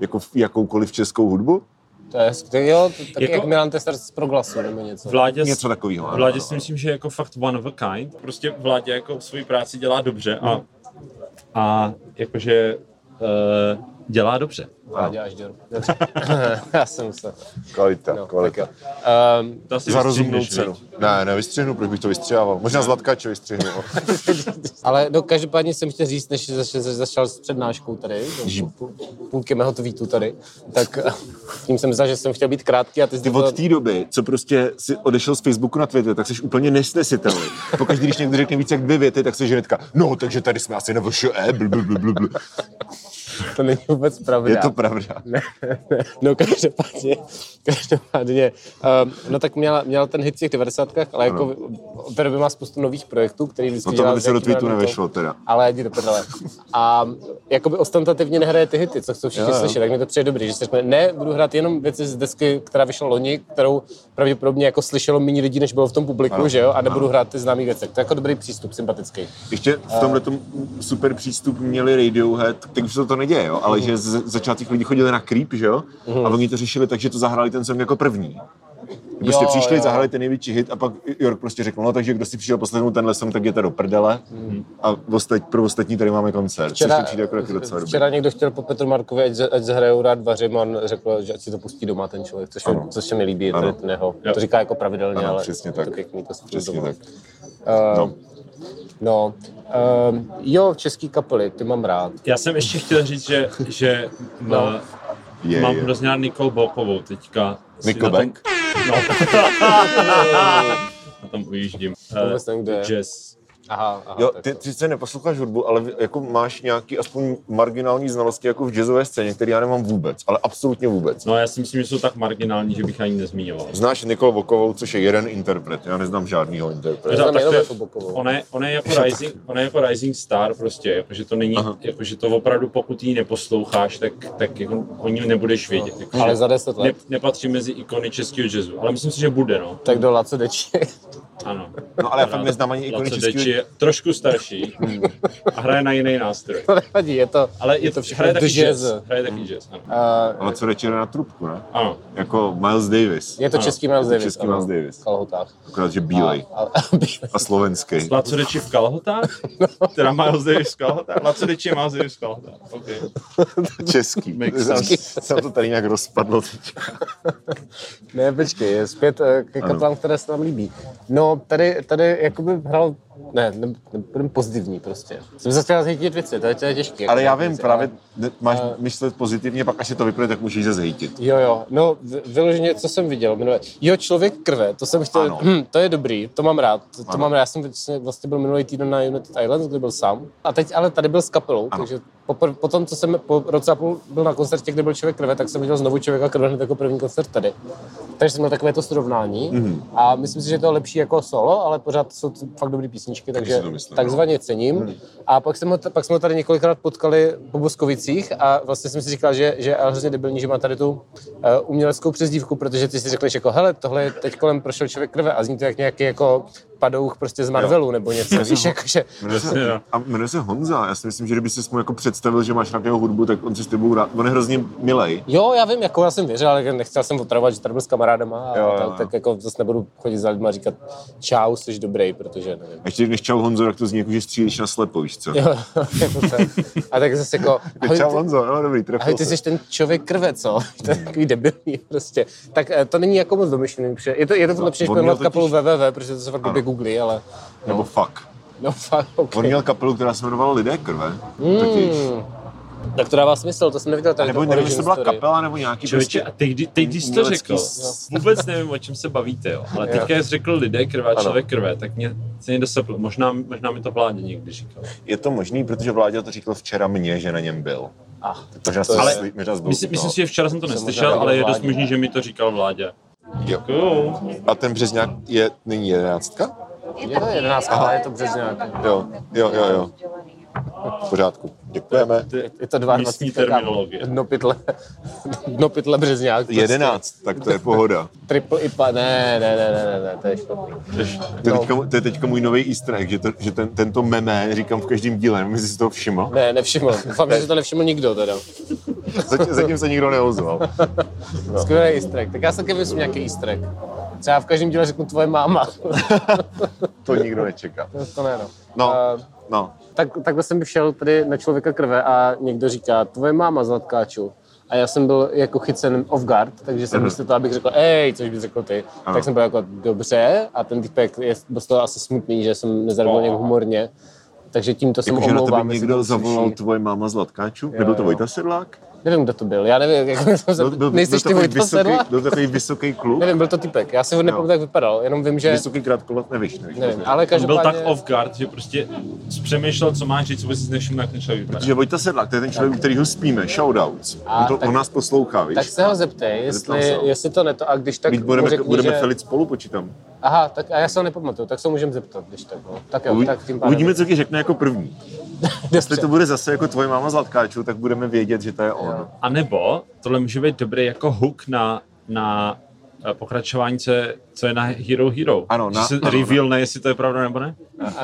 Speaker 2: jako v- jakoukoliv českou hudbu.
Speaker 1: To je hezký, jo, to, taky
Speaker 3: Jako-
Speaker 1: jak Milan Testar z Proglasu nebo něco.
Speaker 3: Vládě, s-
Speaker 2: Něco takového. ano,
Speaker 3: Vládě
Speaker 2: ano, Hmm.
Speaker 3: si myslím, že je jako fakt one of a kind. Prostě Vládě jako svoji práci dělá dobře a a jakože uh, dělá dobře.
Speaker 1: Vládě až děl. Dobře. Já jsem se.
Speaker 2: Kvalita,
Speaker 1: No,
Speaker 2: kvalita.
Speaker 1: tak jo. Um,
Speaker 3: To asi
Speaker 2: Za rozumnou
Speaker 3: vystřihneš,
Speaker 2: cenu.
Speaker 3: viď?
Speaker 2: Ne, nevystřihnu, proč bych to vystřihával. Možná zlatkače vystřihnu.
Speaker 1: Ale no, každopádně jsem chtěl říct, než začal, začal s přednáškou tady, no, půl- půlky mého tweetu tady, tak tím jsem myslel, že jsem chtěl být krátký a ty, jsi
Speaker 2: Ty
Speaker 1: to-
Speaker 2: od té doby, co prostě si odešel z Facebooku na Twitter, tak jsi úplně nesnesitelný. Pokaždé, když někdo řekne víc jak dvě věty, tak se hnedka, no, takže tady jsme asi na E, VŠE, blu, blu, blu, blu, blu.
Speaker 1: to není vůbec pravda.
Speaker 2: Je to pravda.
Speaker 1: No každopádně, každopádně um, no tak měla, měla ten hit v těch 90. ale jako v- od té doby má spoustu nových projektů, který vždycky
Speaker 2: No to
Speaker 1: dělá
Speaker 2: by
Speaker 1: s
Speaker 2: se do
Speaker 1: nějakým
Speaker 2: tweetu
Speaker 1: random-
Speaker 2: nevešlo teda.
Speaker 1: Ale jdi do prdele. A um, jakoby ostentativně nehraje ty hity, co chcou všichni
Speaker 2: Jo, jo.
Speaker 1: slyšet, tak mi to přijde dobrý, že se řekne, ne, budu hrát jenom věci z desky, která vyšla loni, kterou pravděpodobně jako slyšelo méně lidí, než bylo v tom publiku,
Speaker 2: Ano,
Speaker 1: že jo, a nebudu hrát ty známý věci. To je jako dobrý přístup, sympatický.
Speaker 2: Ještě
Speaker 1: Eh.
Speaker 2: v tomhle super přístup měli Radiohead, teď už se to neděje, jo? ale
Speaker 1: Mhm.
Speaker 2: že z začátcích lidi chodili na Creep, že jo? A oni to řešili tak, že to zahráli ten song jako první. Prostě
Speaker 1: Jo,
Speaker 2: přišli,
Speaker 1: jo.
Speaker 2: zahráli ten největší hit a pak York prostě řekl, no takže kdo si přišel poslednou tenhle song, tak je to do prdele.
Speaker 1: Mhm.
Speaker 2: A ostat, pro ostatní tady máme koncert, včera, což mi přijde jako taky docela dobrý.
Speaker 1: včera někdo chtěl po Petru Markovi, ať, za- ať zahrajou rád vařím, a on řekl, že ať si to pustí doma ten člověk, což, mi, což se mi líbí, to,
Speaker 2: Ano.
Speaker 1: je ten jeho,
Speaker 3: Jo.
Speaker 1: to říká jako pravidelně,
Speaker 2: Ano,
Speaker 1: ale
Speaker 2: přesně
Speaker 1: je
Speaker 2: tak.
Speaker 1: to pěkný, to se
Speaker 2: Přesně tak.
Speaker 1: no. no. Um, jo, český kapely, ty mám rád.
Speaker 3: Já jsem ještě chtěl říct, že, že no.
Speaker 2: Je,
Speaker 3: mám
Speaker 2: je.
Speaker 3: hrozně rád Nikol Bokovou teďka. Si
Speaker 2: Nickelback?
Speaker 3: Na tom, no. na tom ujíždím.
Speaker 1: vůbec nevím, kdo je.
Speaker 3: Eh, Jazz.
Speaker 1: Aha, aha
Speaker 2: Jo,
Speaker 1: tak
Speaker 2: ty,
Speaker 1: to.
Speaker 2: ty se neposloucháš hudbu, ale jako máš nějaký aspoň marginální znalosti jako v jazzové scéně, který já nemám vůbec, ale absolutně vůbec.
Speaker 3: No já si myslím, že jsou tak marginální, že bych ani nezmiňoval.
Speaker 2: Znáš Nikol Vokovou, což je jeden interpret. Já neznám žádného interpreta.
Speaker 1: znám
Speaker 3: tak
Speaker 1: jenom
Speaker 3: to je-
Speaker 1: jako bokovou.
Speaker 3: ona, je, ona, je jako rising, ona je jako rising star prostě, jakože to není, jakože to opravdu pokud ji neposloucháš, tak, tak jako o ní nebudeš vědět. Jakože
Speaker 1: Ale za 10
Speaker 3: Ne,
Speaker 1: let.
Speaker 3: nepatří mezi ikony českého jazzu, ale myslím si, že bude, no.
Speaker 1: Tak do Laco Deči.
Speaker 3: Ano.
Speaker 2: No, ale já
Speaker 3: Rád-
Speaker 2: fakt neznám ani ikony
Speaker 3: Laco
Speaker 2: českýho-
Speaker 3: Deči je trošku starší a hraje na jiný nástroj.
Speaker 1: To nevadí, je to,
Speaker 3: Ale je,
Speaker 1: je to
Speaker 3: hraje
Speaker 1: všechno do
Speaker 3: taky jazz. Hmm.
Speaker 1: jazz.
Speaker 3: Hraje taky jazz, ano.
Speaker 1: Uh,
Speaker 2: Ale co rečer na trubku, ne?
Speaker 3: ano.
Speaker 2: Jako Miles Davis.
Speaker 1: je to
Speaker 3: Ano,
Speaker 1: český Miles
Speaker 2: je to
Speaker 1: Davis.
Speaker 2: český
Speaker 1: ano,
Speaker 2: Miles Davis.
Speaker 1: V kalhotách.
Speaker 2: Akorát, že bílej.
Speaker 1: A, a,
Speaker 2: A slovenský.
Speaker 3: Laco Deči v kalhotách? Teda Miles Davis v kalhotách? Laco Deči je Miles Davis v kalhotách. Okay.
Speaker 2: Český.
Speaker 3: Mix.
Speaker 2: Jsem to tady nějak rozpadlo teď.
Speaker 1: Ne, počkej, je zpět eh, ke kaplám, které se nám líbí. No, tady, tady jakoby hrál, ne, ne, ne budem pozitivní prostě. Jsem se chtěl zhejtit věci, to je, jako to je těžké.
Speaker 2: Ale já vím, právě ne- máš myslet pozitivně, pak až se to vypne, tak můžeš se zhejtit.
Speaker 1: Jo, jo, no v- vyloženě, co jsem viděl minule. Jo, člověk krve, to jsem chtěl,
Speaker 2: Ano.
Speaker 1: hm, to je dobrý, to mám rád, to, to
Speaker 2: Ano.
Speaker 1: mám rád. Já jsem vlastně, vlastně byl minulý týden na United Islands, kde byl sám, a teď ale tady byl s kapelou, ano. takže po, po tom, co jsem po roce a půl byl na koncertě, kde byl člověk krve, tak jsem viděl znovu člověka krve hned jako první koncert tady. Takže jsem měl takové to srovnání
Speaker 2: Mhm.
Speaker 1: mm-hmm. a myslím si, že to je lepší jako solo, ale pořád jsou to fakt dobrý písničky, takže
Speaker 2: si to myslím, no.
Speaker 1: tak takzvaně cením. A pak jsme, ho, t- pak jsme ho tady několikrát potkali po Boskovicích a vlastně jsem si říkal, že, že je ale hrozně debilní, že má tady tu uh, uměleckou přezdívku, protože ty si řekneš jako, hele, tohle je teď kolem prošel člověk krve a zní to jak nějaký jako padouch prostě z Marvelu nebo něco, víš, jako, že
Speaker 2: Jmenuje
Speaker 3: Jasně,
Speaker 2: se,
Speaker 3: jo.
Speaker 2: a jmenuje se Honza. Já si myslím, že kdyby jsi mu jako představil, že máš nějakou hudbu, tak on si s tebou rád. On je hrozně milej.
Speaker 1: Jo, já vím, jako já jsem věřil, ale nechtěl jsem otravovat, že tady byl s kamarádama a
Speaker 2: Jo, jo,
Speaker 1: tak,
Speaker 2: jo.
Speaker 1: tak jako zase nebudu chodit za lidma a říkat čau, jsi dobrý, protože nevím.
Speaker 2: A ještě když čau Honzo, tak to zní jako, že střílíš na slepo, víš co?
Speaker 1: Jo, jako to, a tak zase jako, ahoj,
Speaker 2: Čau
Speaker 1: ty-
Speaker 2: Honzo, no dobrý,
Speaker 1: Ahoj,
Speaker 2: trefil
Speaker 1: ty
Speaker 2: se.
Speaker 1: jsi ten člověk krve, co? To je takový debilní prostě. Tak eh, to není jako moc domyšlený, protože je to, je to lepší, než
Speaker 2: No, on měl
Speaker 1: pojmenovat kapelu
Speaker 2: totiž-
Speaker 1: www, protože to se fakt době googlí, ale
Speaker 2: Nebo fuck.
Speaker 1: no fakt,
Speaker 2: On
Speaker 1: okay.
Speaker 2: měl kapelu, která se jmenovala Lidé krve. Mm. Totiž.
Speaker 1: Tak to dává smysl, to jsem neviděl tady.
Speaker 2: Nebo
Speaker 1: tu Hmm,
Speaker 2: nevím,
Speaker 1: origin
Speaker 2: jestli to byla
Speaker 1: story.
Speaker 2: kapela nebo nějaký
Speaker 3: Člověče, a
Speaker 2: prostě.
Speaker 3: teď, kdy- teď když jsi to
Speaker 2: Umělecký
Speaker 3: řekl,
Speaker 2: s-
Speaker 3: vůbec nevím, o čem se bavíte, jo. ale teďka jak jsi řekl lidé krve a člověk krve, tak mě se mě dosepl. Možná, možná mi to vládě někdy říkal.
Speaker 2: Je to možný, protože Vláďa to říkal včera mně, že na něm byl.
Speaker 1: Ah,
Speaker 2: Možná
Speaker 1: to
Speaker 2: jste
Speaker 1: je-
Speaker 2: sli- možná zbyl,
Speaker 3: Myslím, myslím si, že včera jsem to
Speaker 1: možná
Speaker 3: neslyšel,
Speaker 1: říkal
Speaker 3: ale je dost
Speaker 1: vládě.
Speaker 3: možný, že mi to říkal vládě.
Speaker 2: Jo.
Speaker 3: Jo.
Speaker 2: A ten březňák je nyní jedenáctka?
Speaker 1: je to jedenáctka, ale je to přes nějak.
Speaker 2: Jo, jo, jo, jo. V pořádku. Děkujeme.
Speaker 3: Ty-
Speaker 1: Je to 22.
Speaker 3: Místní
Speaker 1: tak dám
Speaker 3: terminologie.
Speaker 1: Dno pytle, dno pytle Březňák. prostě.
Speaker 2: Jedenáct, tak to je pohoda.
Speaker 1: Triple IPA, ne, ne, ne, ne, ne, ne, to je špatný.
Speaker 3: Což-
Speaker 2: To je teďka, to je teďka můj nový easter egg, že, to, že ten, tento meme říkám v každém díle, nevím, jestli jsi toho všiml.
Speaker 1: Ne, nevšiml. Doufám, že si to nevšiml nikdo teda.
Speaker 2: Zatím, zatím se nikdo neozval. No.
Speaker 1: Skvělý easter egg. Tak já se taky myslím nějaký easter egg. Třeba v každém díle řeknu tvoje máma.
Speaker 2: To nikdo nečeká.
Speaker 1: to ne, no.
Speaker 2: No,
Speaker 1: Eh,
Speaker 2: no.
Speaker 1: tak, takhle jsem vyšel tady na člověka krve a někdo říká, tvoje máma zlatkáčů. A já jsem byl jako chycen off guard, takže jsem
Speaker 2: Mhm.
Speaker 1: místo toho, abych řekl, ej, což bys řekl ty,
Speaker 2: Ano.
Speaker 1: tak jsem byl jako dobře a ten typek je byl z toho asi smutný, že jsem nezareagoval nějak humorně. Takže tímto jsem
Speaker 2: Jakože Jako, na
Speaker 1: omlouvám,
Speaker 2: tebe
Speaker 1: jestli
Speaker 2: někdo
Speaker 1: to
Speaker 2: zavolal
Speaker 1: slyší.
Speaker 2: tvoje máma Zlatkáčů? Nebyl to
Speaker 1: jo.
Speaker 2: Vojta Sedlák?
Speaker 1: Nevím, kdo to byl, já nevím, jako jsem se... nejsi ty
Speaker 2: takový
Speaker 1: Vojta Sedla?
Speaker 2: vysoký, byl takový vysoký kluk?
Speaker 1: Nevím, byl to typek, já si ho nepamatuji, jak vypadal, jenom vím, že...
Speaker 2: Vysoký krátkolat, nevíš, nevíš.
Speaker 1: Nevím,
Speaker 2: možná.
Speaker 1: ale
Speaker 3: On byl
Speaker 1: každopádně...
Speaker 3: tak off guard, že prostě přemýšlel, co má říct, vůbec si nevšiml, jak ten člověk vypadá.
Speaker 2: Protože Vojta Sedlák, to je ten člověk, kterýho spíme, shoutouts.
Speaker 1: A
Speaker 2: On, to,
Speaker 1: tak-
Speaker 2: on nás poslouchá, víš?
Speaker 1: Tak se ho zeptej,
Speaker 2: Zeptám
Speaker 1: jestli,
Speaker 2: se ho.
Speaker 1: jestli to ne to, a když tak
Speaker 2: Teď
Speaker 1: mu
Speaker 2: budeme,
Speaker 1: řekni,
Speaker 2: budeme
Speaker 1: že...
Speaker 2: felit spolu, počítám.
Speaker 1: Aha, tak a já se ho nepamatuju, tak se ho můžeme zeptat, když tak. No. Tak jo,
Speaker 2: Uvi-
Speaker 1: tak tím pádem.
Speaker 2: Uvidíme, co ti řekne jako první. Jestli
Speaker 1: Jestli
Speaker 2: to bude zase jako tvoje máma Zlatkáčů, tak budeme vědět, že to je on.
Speaker 1: Jo.
Speaker 3: A nebo tohle může být dobrý jako hook na, na eh, pokračování, co je, co je na Hero Hero.
Speaker 2: Ano,
Speaker 3: že
Speaker 2: na-
Speaker 3: se
Speaker 2: ano,
Speaker 3: reveal ne, jestli to je pravda nebo ne.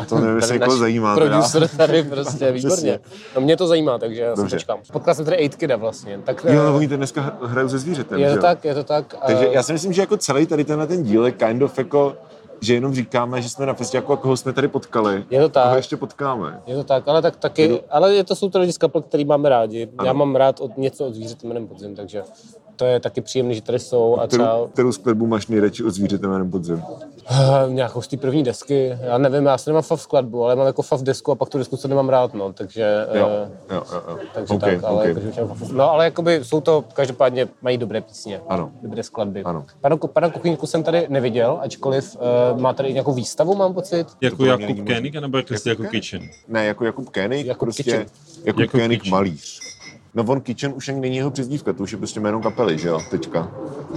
Speaker 2: To nevím, jestli někoho zajímá. teda.
Speaker 1: Producer tady prostě, výborně. No mě to zajímá, takže já se
Speaker 2: Dobře.
Speaker 1: počkám. Potkal jsem tady Aitkida vlastně, tak
Speaker 2: Jo,
Speaker 1: eh,
Speaker 2: ale oni to dneska hr- hrajou se zvířetem.
Speaker 1: je
Speaker 2: že
Speaker 1: to
Speaker 2: jo?
Speaker 1: tak, je to tak. eh,
Speaker 2: Takže já si myslím, že jako celý tady tenhle ten díl je kind of jako, že jenom říkáme, že jsme na festě, jako koho jsme tady potkali.
Speaker 1: Je to tak.
Speaker 2: Koho ještě potkáme.
Speaker 1: Je to tak, ale tak taky, ale je to, jsou to lidi z kapel, který máme rádi. Já
Speaker 2: Ano.
Speaker 1: mám rád od něco od zvířat jménem podzim, takže to je taky příjemné, že tady jsou a
Speaker 2: Kterou,
Speaker 1: třeba
Speaker 2: kterou skladbu máš nejradši od zvířete jménem podzim?
Speaker 1: eh, nějakou z té první desky. Já nevím, já asi nemám fav skladbu, ale mám jako fav desku a pak tu desku, co nemám rád, no, takže... eh,
Speaker 2: Jo, jo, jo. jo.
Speaker 1: Takže okay, tak, ale okay. jakože, určitě- no ale jakoby jsou to, každopádně mají dobré písně,
Speaker 2: Ano.
Speaker 1: dobré skladby.
Speaker 2: Ano.
Speaker 1: Pana, Ku- pana Kuchyňku jsem tady neviděl, ačkoliv uh, má tady i nějakou výstavu, mám pocit.
Speaker 3: Jako
Speaker 2: podle mě není
Speaker 3: Jakub
Speaker 2: možný.
Speaker 3: Koenig, nebo jako, jestli jako Kitchen.
Speaker 2: Ne, jako Jakub Kénik,
Speaker 1: Jakub
Speaker 2: Jakub prostě
Speaker 1: Kitchen.
Speaker 2: Kitchen. Jakub,
Speaker 3: Jakub
Speaker 2: Jakub Kénik
Speaker 3: Kitchen.
Speaker 2: malíř. No on Kitchen už ani není jeho přezdívka, to už je prostě jméno kapely, že jo, teďka.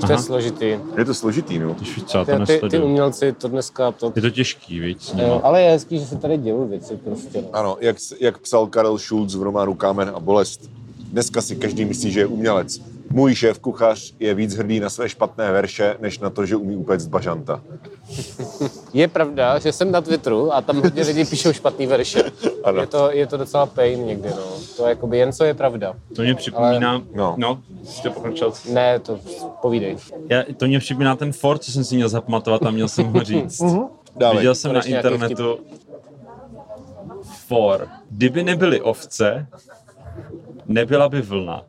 Speaker 1: To je složitý.
Speaker 2: Je to složitý, no.
Speaker 3: Když víš co, já to
Speaker 1: Ty, ty, ty
Speaker 3: nesleduju.
Speaker 1: umělci to dneska... To,
Speaker 3: Je to těžký, víc.
Speaker 1: jo, ale je hezký, že se tady dělou věci prostě. No.
Speaker 2: Ano, jak, jak psal Karel Schulz v románu Kámen a bolest. Dneska si každý myslí, že je umělec. Můj šéf kuchař je víc hrdý na své špatné verše, než na to, že umí upéct bažanta.
Speaker 1: Je pravda, že jsem na Twitteru a tam hodně lidí píšou špatný verše.
Speaker 2: Ano.
Speaker 1: Je to, je to docela pain někdy, no. To je jakoby jen co je pravda.
Speaker 3: To mě připomíná,
Speaker 2: no.
Speaker 3: no, jste pokračoval.
Speaker 1: Ne, to povídej.
Speaker 3: Já, to mě připomíná ten Ford, co jsem si měl zapamatovat a měl jsem ho říct.
Speaker 2: Dávej.
Speaker 3: Viděl jsem na
Speaker 1: Konečně nějaký
Speaker 3: internetu for. Kdyby nebyly ovce, nebyla by vlna.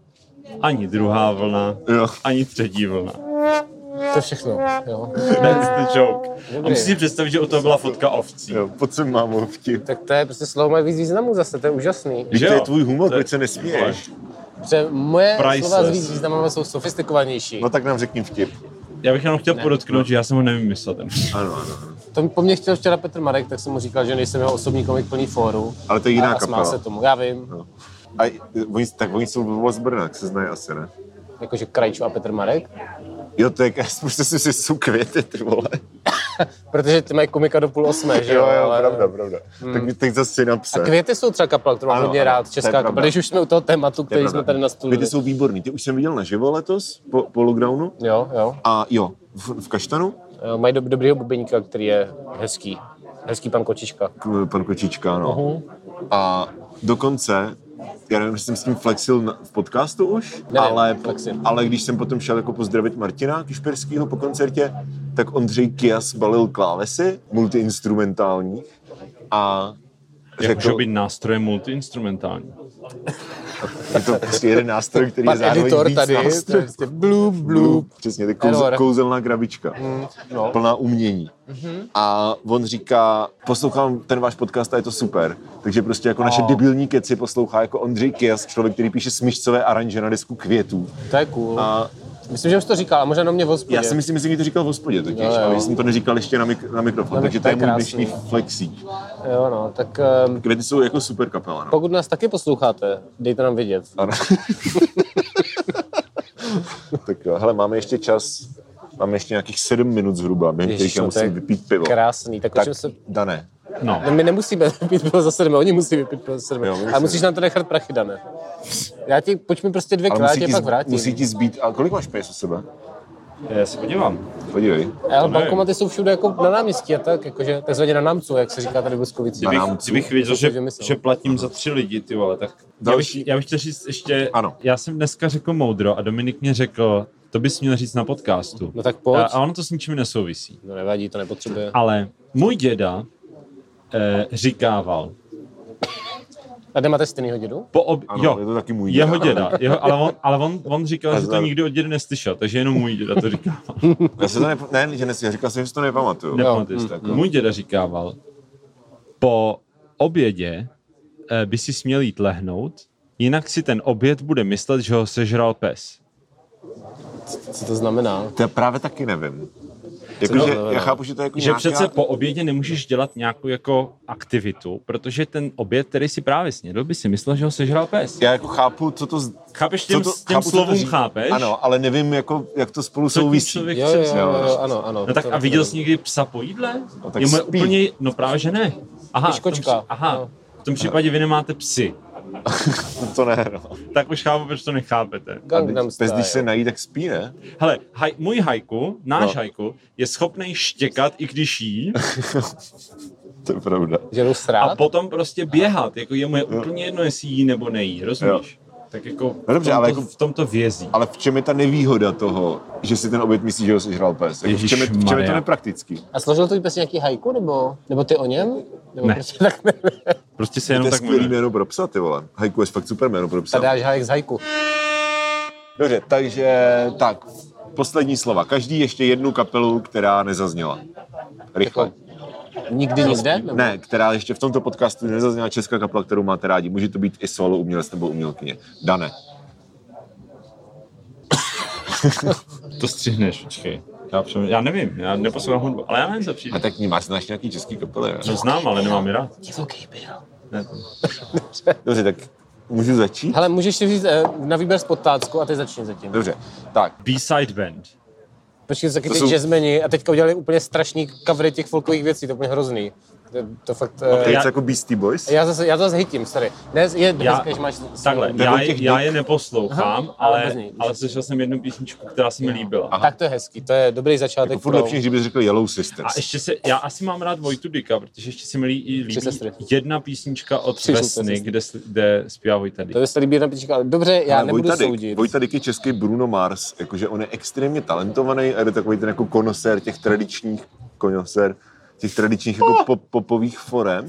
Speaker 3: Ani druhá vlna,
Speaker 2: Jo.
Speaker 3: ani třetí vlna.
Speaker 1: To je všechno, jo.
Speaker 3: That's the joke. A
Speaker 1: Dobrý.
Speaker 3: musím si představit, že u toho byla fotka ovcí.
Speaker 2: Jo, pojď sem, mámo, vtip.
Speaker 1: Tak to je prostě slovo má víc významů zase, to je úžasný.
Speaker 2: Vždyť
Speaker 3: Že
Speaker 2: to je
Speaker 3: jo?
Speaker 2: tvůj humor,
Speaker 3: To je-
Speaker 2: proč se nesmíješ?
Speaker 1: Protože moje
Speaker 3: Priceless.
Speaker 1: slova s víc významama jsou sofistikovanější.
Speaker 2: No tak nám řekni vtip.
Speaker 3: Já bych jenom chtěl podotknout, že já jsem ho nevymyslel. Ten.
Speaker 2: Ano, ano. ano.
Speaker 1: To po mně chtěl včera Petr Marek, tak jsem mu říkal, že nejsem jeho osobní komik plný fóru.
Speaker 2: Ale to je jiná
Speaker 1: a, a smál
Speaker 2: kapela.
Speaker 1: se tomu, já vím.
Speaker 2: No. A i- oni, tak oni jsou oba z Brna, jak se znají asi, ne?
Speaker 1: Jakože Krajčo a Petr Marek.
Speaker 2: Jo, to je, prostě si si jsou květy, ty vole.
Speaker 1: Protože ty mají komika do půl osmé, že
Speaker 2: Jo, jo,
Speaker 1: ale- Hmm.
Speaker 2: pravda, pravda. Tak, tak zase si napsat.
Speaker 1: A květy jsou třeba kapela, kterou mám
Speaker 2: Ano,
Speaker 1: hodně
Speaker 2: ano, to
Speaker 1: rád,
Speaker 2: je
Speaker 1: česká
Speaker 2: pravda.
Speaker 1: kapela, když už jsme u toho tématu,
Speaker 2: To je
Speaker 1: který jsme
Speaker 2: pravda.
Speaker 1: tady nastolili.
Speaker 2: Květy jsou výborný, ty už jsem viděl naživo letos, po, po lockdownu.
Speaker 1: Jo, jo,
Speaker 2: A jo, v, v Kaštanu,
Speaker 1: jo. Mají dob- dobrýho bubeníka, který je hezký. Hezký pan Kočička.
Speaker 2: k- pan Kočička, no.
Speaker 1: Mhm.
Speaker 2: A dokonce, já nevím, jestli jsem s tím flexil na, v podcastu už,
Speaker 1: Nevím,
Speaker 2: ale, po-
Speaker 1: flexil.
Speaker 2: ale když jsem potom šel jako pozdravit Martina Kišperského po koncertě, tak Ondřej Kias balil klávesy multiinstrumentální a
Speaker 3: Jak můžou
Speaker 2: řekl,
Speaker 3: být nástroje multiinstrumentální.
Speaker 2: je to prostě jeden nástroj, který je
Speaker 1: Pan
Speaker 2: zároveň
Speaker 1: editor
Speaker 2: víc
Speaker 1: tady, to je
Speaker 2: nástroj.
Speaker 1: prostě blup, blup.
Speaker 2: Přesně, tak kouzel,
Speaker 1: Error.
Speaker 2: kouzelná krabička.
Speaker 1: no. Mhm.
Speaker 2: Plná umění. A on říká, poslouchám ten váš podcast a je to super. Takže prostě jako
Speaker 1: No.
Speaker 2: naše debilní keci poslouchá jako Ondřej Kias, člověk, který píše smyšcové aranže na disku květů.
Speaker 1: To je cool.
Speaker 2: A
Speaker 1: Myslím, že už to říkal, a možná na mě v hospodě.
Speaker 2: já si myslím, že jsi to říkal v hospodě totiž,
Speaker 1: Jo, jo.
Speaker 2: ale jsem to neříkal ještě na, mik- na mikrofon,
Speaker 1: Na
Speaker 2: takže
Speaker 1: mik-
Speaker 2: to je
Speaker 1: to
Speaker 2: můj
Speaker 1: je
Speaker 2: dnešní
Speaker 1: krásný.
Speaker 2: flexík.
Speaker 1: Jo, no, tak ehm,
Speaker 2: Květy jsou jako super kapela, no.
Speaker 1: pokud nás taky posloucháte, dejte nám vědět.
Speaker 2: Ano. tak jo, hele, máme ještě čas, máme ještě nějakých sedm minut zhruba, během kterých
Speaker 1: Ježiš,
Speaker 2: já
Speaker 1: no, to je
Speaker 2: musím vypít pivo.
Speaker 1: Krásný, tak, tak.
Speaker 2: Tak,
Speaker 1: se...
Speaker 2: Dané,
Speaker 3: No.
Speaker 1: Ne, my nemusíme vypít pivo za sedm, oni musí vypít pivo za sedm.
Speaker 2: Jo, my
Speaker 1: A
Speaker 2: musíme.
Speaker 1: musíš nám to nechat prachy, Dané. Já ti, pojď mi prostě dvě krátě,
Speaker 2: ti,
Speaker 1: pak
Speaker 2: zb-
Speaker 1: vrátím.
Speaker 2: musí ti zbít. A kolik máš peněz u sebe?
Speaker 3: Já se podívám.
Speaker 2: Podívej.
Speaker 1: Ale
Speaker 3: nevím.
Speaker 1: bankomaty jsou všude jako na náměstí a tak, jakože takzvaně na námcu, jak se říká tady v Boskovicích.
Speaker 2: Na
Speaker 3: Kdybych,
Speaker 2: námcu.
Speaker 3: kdybych věděl,
Speaker 1: To jsem
Speaker 3: že,
Speaker 1: si vymyslel.
Speaker 3: že platím za tři lidi, ty vole, tak... Já bych,
Speaker 2: Další.
Speaker 3: já bych chtěl říct ještě...
Speaker 2: Ano.
Speaker 3: Já jsem dneska řekl moudro a Dominik mě řekl, To bys měl říct na podcastu.
Speaker 1: No tak pojď.
Speaker 3: A, a ono to s ničím nesouvisí.
Speaker 1: No nevadí, to nepotřebuje.
Speaker 3: Ale můj děda eh, říkával,
Speaker 1: A kde máte stejnýho dědu?
Speaker 3: po ob...
Speaker 2: Ano,
Speaker 3: jo,
Speaker 2: je to taky můj děda.
Speaker 3: jeho děda. Jeho, ale on, ale on, on říkal,
Speaker 2: Já
Speaker 3: že to
Speaker 2: znám.
Speaker 3: nikdy od dědy neslyšel, takže jenom můj děda to říkal.
Speaker 2: Já se to ne, ne, že nesmím, říkal jsem, že si to nepamatuju.
Speaker 3: Nepamatuju si
Speaker 2: Mm,
Speaker 3: to.
Speaker 2: mm.
Speaker 3: Můj děda říkával, po obědě eh, by si směl jít lehnout, jinak si ten oběd bude myslet, že ho sežral pes.
Speaker 1: Co to znamená?
Speaker 2: To já právě taky nevím. Jako,
Speaker 1: to
Speaker 2: že,
Speaker 1: znamená?
Speaker 2: já chápu, že to je jako
Speaker 3: Že
Speaker 2: nějaká...
Speaker 3: přece po obědě nemůžeš dělat nějakou jako aktivitu, protože ten oběd, který si právě snědl, by si myslel, že ho sežral pes.
Speaker 2: Já jako chápu, co to... z-
Speaker 3: Chápeš
Speaker 2: co
Speaker 3: těm,
Speaker 2: to,
Speaker 3: těm
Speaker 2: chápu, co to
Speaker 3: slovům,
Speaker 2: říká.
Speaker 3: chápeš?
Speaker 2: Ano, ale nevím, jako, jak to spolu
Speaker 3: Co tím
Speaker 2: souvisí.
Speaker 3: člověk
Speaker 1: Jo,
Speaker 3: chce
Speaker 1: jo,
Speaker 3: říct?
Speaker 1: jo, jo, ano, ano.
Speaker 3: No tak
Speaker 1: to
Speaker 3: a viděl
Speaker 1: nevím.
Speaker 3: jsi někdy psa po jídle?
Speaker 2: No tak
Speaker 3: je mu je
Speaker 2: spí.
Speaker 3: úplně, no právě že ne. Aha, v tom,
Speaker 1: kočka.
Speaker 3: při- aha
Speaker 1: No.
Speaker 3: v tom případě vy nemáte psy.
Speaker 2: To ne, no.
Speaker 3: Tak už chápu, proč to nechápete.
Speaker 2: A teď
Speaker 1: Gangnam
Speaker 2: Pes,
Speaker 1: Style.
Speaker 2: když se nají, tak spí, ne?
Speaker 3: Hele, haj, můj hajku, náš
Speaker 2: No.
Speaker 3: hajku, je schopný štěkat, i když jí,
Speaker 2: To je pravda.
Speaker 1: Že jdou
Speaker 3: a
Speaker 1: srát?
Speaker 3: potom prostě běhat. Jako jemu je úplně jedno, jestli jí nebo nejí, rozumíš? Tak jako v
Speaker 2: No dobře,
Speaker 3: tomto,
Speaker 2: ale jako-
Speaker 3: v tomto vězí.
Speaker 2: Ale v čem je ta nevýhoda toho, že si ten oběd myslí, že ho sežral pes? Jako v, čem je, v čem je
Speaker 3: Ježišmarja. No,
Speaker 2: to nepraktický?
Speaker 1: A složil to pes nějaký hajku, nebo, nebo ty o něm? Nebo
Speaker 3: Ne.
Speaker 1: prostě tak ne.
Speaker 3: Prostě se
Speaker 2: No, to
Speaker 3: jenom
Speaker 2: je
Speaker 3: tak
Speaker 2: skvělý
Speaker 3: jmenuje.
Speaker 2: jméno pro psa, ty vole. Hajku je fakt super jméno pro psa.
Speaker 1: Ta dáš hajek z hajku.
Speaker 2: Dobře, takže tak, poslední slova. Každý ještě jednu kapelu, která nezazněla. Rychle.
Speaker 1: Jako- Nikdy nikde? Nebo?
Speaker 2: Ne, která ještě v tomto podcastu nezazněla česká kapela, kterou máte rádi. Může to být i solo umělec nebo umělkyně. Dane.
Speaker 3: To střihneš, počkej. Já, přemý... já nevím, já neposlouchám hudbu, ale já nevím, co
Speaker 2: A
Speaker 3: přijde.
Speaker 2: tak ní máš, znáš nějaký český kapely, ne?
Speaker 3: To znám, ale nemám je rád.
Speaker 1: Divoký byl.
Speaker 3: Ne, to...
Speaker 2: Dobře, tak můžu začít?
Speaker 1: Hele, můžeš si říct eh, na výběr z podtácku a ty začni zatím.
Speaker 2: Dobře, tak.
Speaker 3: B-side band.
Speaker 1: Počkej, taky
Speaker 2: To
Speaker 1: ty
Speaker 2: jsou-
Speaker 1: jazzmeni a teďka udělali úplně strašný covery těch folkových věcí, to je úplně hrozný. To, to fakt... eh,
Speaker 2: Teď
Speaker 3: já-
Speaker 2: jako Beastie Boys?
Speaker 1: já zase, já to zase hitím, sorry. Ne, je
Speaker 3: Já,
Speaker 1: dneska, že máš... s-
Speaker 3: takhle,
Speaker 1: s-
Speaker 3: já,
Speaker 2: Nebo Jako těch
Speaker 3: je- já
Speaker 2: dek.
Speaker 3: je neposlouchám,
Speaker 1: ale
Speaker 3: ale,
Speaker 1: bez ní.
Speaker 2: prostě.
Speaker 3: ale slyšel jsem jednu písničku, která se mi líbila.
Speaker 1: Tak to je hezký, to je dobrý začátek.
Speaker 2: Jako furt lepší, než kdybys řekl Yellow
Speaker 3: A
Speaker 2: Sisters.
Speaker 1: Prostě.
Speaker 3: ještě se, já asi mám rád Vojtu Dika, protože ještě se mi lí- i líbí
Speaker 1: sestry.
Speaker 3: jedna písnička od
Speaker 1: Tři jsou
Speaker 3: Vesny,
Speaker 1: sestry.
Speaker 3: kde, sli- kde zpívá Vojta Dyk.
Speaker 1: To by se líbí jedna píčka, ale dobře, já
Speaker 2: Ale
Speaker 1: nebudu
Speaker 2: Vojta Dyk-
Speaker 1: soudit.
Speaker 2: Vojta Dyk je český Bruno Mars, jakože on je extrémně talentovaný a je takový ten jako konosér těch tradičních, konosér těch tradičních jako pop, popových forem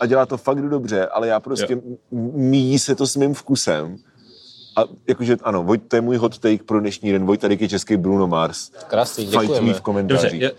Speaker 2: a dělá to fakt dobře, ale já prostě
Speaker 3: Jo.
Speaker 2: m- míjí se to s mým vkusem. A jakože ano, Vojt, to je můj hot take pro dnešní den. Vojta Dyk je český Bruno Mars.
Speaker 1: Krásný,
Speaker 2: Fight me
Speaker 1: děkujeme.
Speaker 2: v komentářích.
Speaker 3: Dobře, je, uh,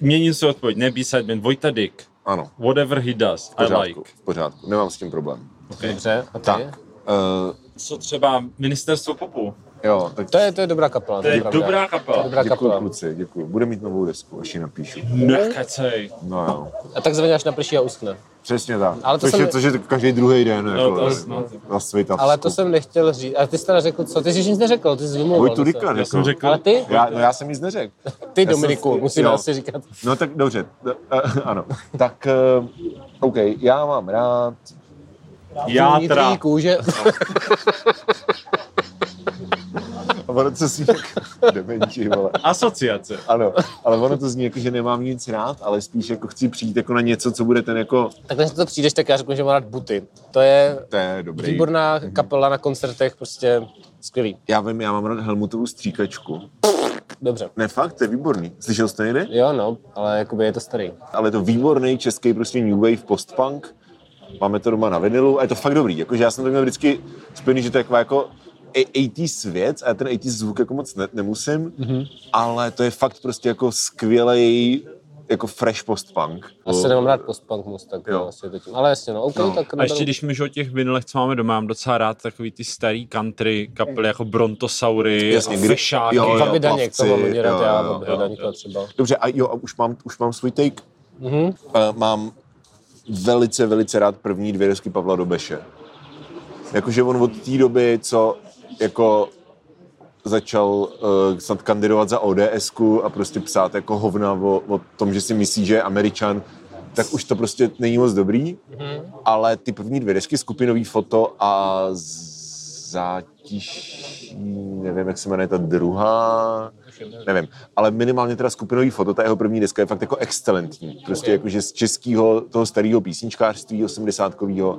Speaker 3: měním se odpověď, ne B-side band, Vojta Dyk.
Speaker 2: Ano,
Speaker 3: Whatever he does,
Speaker 2: v
Speaker 3: I
Speaker 2: pořádku,
Speaker 3: like.
Speaker 2: v pořádku. Nemám s tím problém.
Speaker 1: Dobře, a ty?
Speaker 2: Tak, eh,
Speaker 3: Co třeba Ministerstvo popu?
Speaker 2: jo, tak
Speaker 1: To je, to je dobrá kapela.
Speaker 3: To je
Speaker 1: pravda.
Speaker 3: dobrá
Speaker 1: To je
Speaker 3: kapela.
Speaker 1: dobrá
Speaker 2: děkuji
Speaker 1: kapela.
Speaker 2: kluci, děkuji. Budu mít novou desku, až ji napíšu.
Speaker 3: Nekacej.
Speaker 2: No jo.
Speaker 1: A tak zvaně až naprší a uskne.
Speaker 2: Přesně tak.
Speaker 1: Ale to
Speaker 2: což,
Speaker 1: jsem-
Speaker 2: je, což je každý druhý den jako,
Speaker 3: to-
Speaker 2: ne,
Speaker 3: no.
Speaker 2: na světa.
Speaker 1: Ale to jsem nechtěl říct. A ty jsi teda řekl co? Ty jsi nic neřekl, ty jsi vymluval.
Speaker 2: Vojtu
Speaker 1: zase.
Speaker 2: Dykla
Speaker 3: Já
Speaker 2: řekl.
Speaker 3: jsem
Speaker 1: Jako-
Speaker 3: řekl,
Speaker 1: Ale ty?
Speaker 2: jako. Já, no já jsem nic neřekl.
Speaker 1: Ty,
Speaker 2: Já jsem-
Speaker 1: Dominiku, musíme
Speaker 2: jo.
Speaker 1: asi říkat.
Speaker 2: No tak dobře, t- eh, ano. Tak, eh, OK, já mám rád,
Speaker 3: já
Speaker 1: Vnitřní
Speaker 3: teda,
Speaker 1: kůže.
Speaker 2: a ono to zní jako dementi, vole.
Speaker 3: asociace.
Speaker 2: Ano, ale ono to zní jako, že nemám nic rád, ale spíš jako chci přijít jako na něco, co bude ten jako,
Speaker 1: tak než na to přijdeš, tak já řeknu, že mám rád buty. To je
Speaker 2: to je dobrý.
Speaker 1: výborná kapela na koncertech, prostě skvělý.
Speaker 2: Já vím, já mám rád Helmutovu stříkačku.
Speaker 1: Dobře.
Speaker 2: Ne, fakt, to je výborný. Slyšel jsi to někdy?
Speaker 1: Jo, no, ale jakoby je to starý.
Speaker 2: ale je to výborný český prostě new wave postpunk. Máme to doma na vinilu a je to fakt dobrý. Jakože já jsem to měl vždycky spojený, že to je taková jako a- 80s věc a já ten 80s zvuk jako moc ne- nemusím, mm-hmm. ale to je fakt prostě jako skvělej jako fresh postpunk.
Speaker 1: Asi nemám rád postpunk moc, tak
Speaker 2: Jo.
Speaker 1: jo. asi je to tím. Ale jasně, no, OK,
Speaker 2: No.
Speaker 1: no. tak
Speaker 3: A ještě
Speaker 1: neberu.
Speaker 3: když mi o těch vinilech, co máme doma, mám docela rád takový ty starý country kapely jako Brontosaury,
Speaker 2: Jasně, kdy-
Speaker 3: Fešáky.
Speaker 2: jo, jo.
Speaker 1: Fabi Daněk, to mám
Speaker 2: plavci,
Speaker 1: hodně rád,
Speaker 2: jo,
Speaker 1: já
Speaker 2: jo,
Speaker 1: Fabi
Speaker 2: jo,
Speaker 1: Daněka třeba.
Speaker 2: Dobře, a jo, a už mám, už mám svůj take. Mm-hmm. Uh, mám velice, velice rád první dvě desky Pavla Dobeše. Jakože on od té doby, co jako začal uh, snad kandidovat za ods a prostě psát jako hovna o, o tom, že si myslí, že je američan, tak už to prostě není moc dobrý, ale ty první dvě desky, skupinový foto a z- zátiší, nevím, jak se jmenuje ta druhá, nevím, ale minimálně teda skupinový foto, ta jeho první deska je fakt jako excelentní, prostě jakože z českého toho starého písničkářství, osmdesátkového,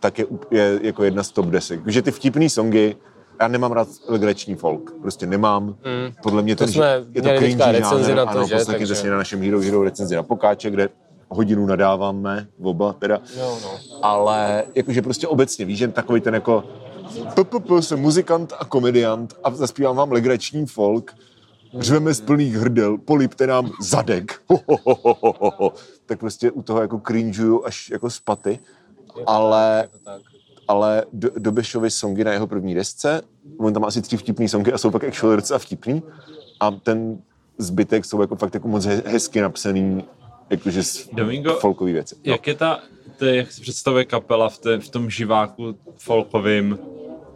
Speaker 2: tak je, up- je jako jedna z top desek. Takže ty vtipný songy, já nemám rád legrační folk, prostě nemám. Mm. Podle mě ten,
Speaker 1: jsme
Speaker 2: je to
Speaker 1: měli
Speaker 2: cringy
Speaker 1: teďka recenzi
Speaker 2: žánr,
Speaker 1: na to,
Speaker 2: ano,
Speaker 1: že?
Speaker 2: v podstatě
Speaker 1: Takže-
Speaker 2: přesně na našem Hero Hero recenzi na Pokáče, kde hodinu nadáváme, oba teda.
Speaker 1: Jo, no.
Speaker 2: Ale jakože prostě obecně, víš, že takový ten jako PPP, jsem muzikant a komediant a zaspívám vám legrační folk, řveme z plných hrdel, polipte nám zadek. Ho, ho, ho, ho, ho, ho, ho. Tak prostě u toho jako cringuju až jako z paty. Ale
Speaker 1: Tak.
Speaker 2: ale Do- Dobešovi songy na jeho první desce, on tam má asi tři vtipný songy a jsou pak actually docela vtipný a ten zbytek jsou jako fakt jako moc he- hezky napsaný jakože s-
Speaker 3: Domingo,
Speaker 2: folkový věci. No.
Speaker 3: Jak je ta, to je, jak se představuje kapela v, té, v tom živáku folkovým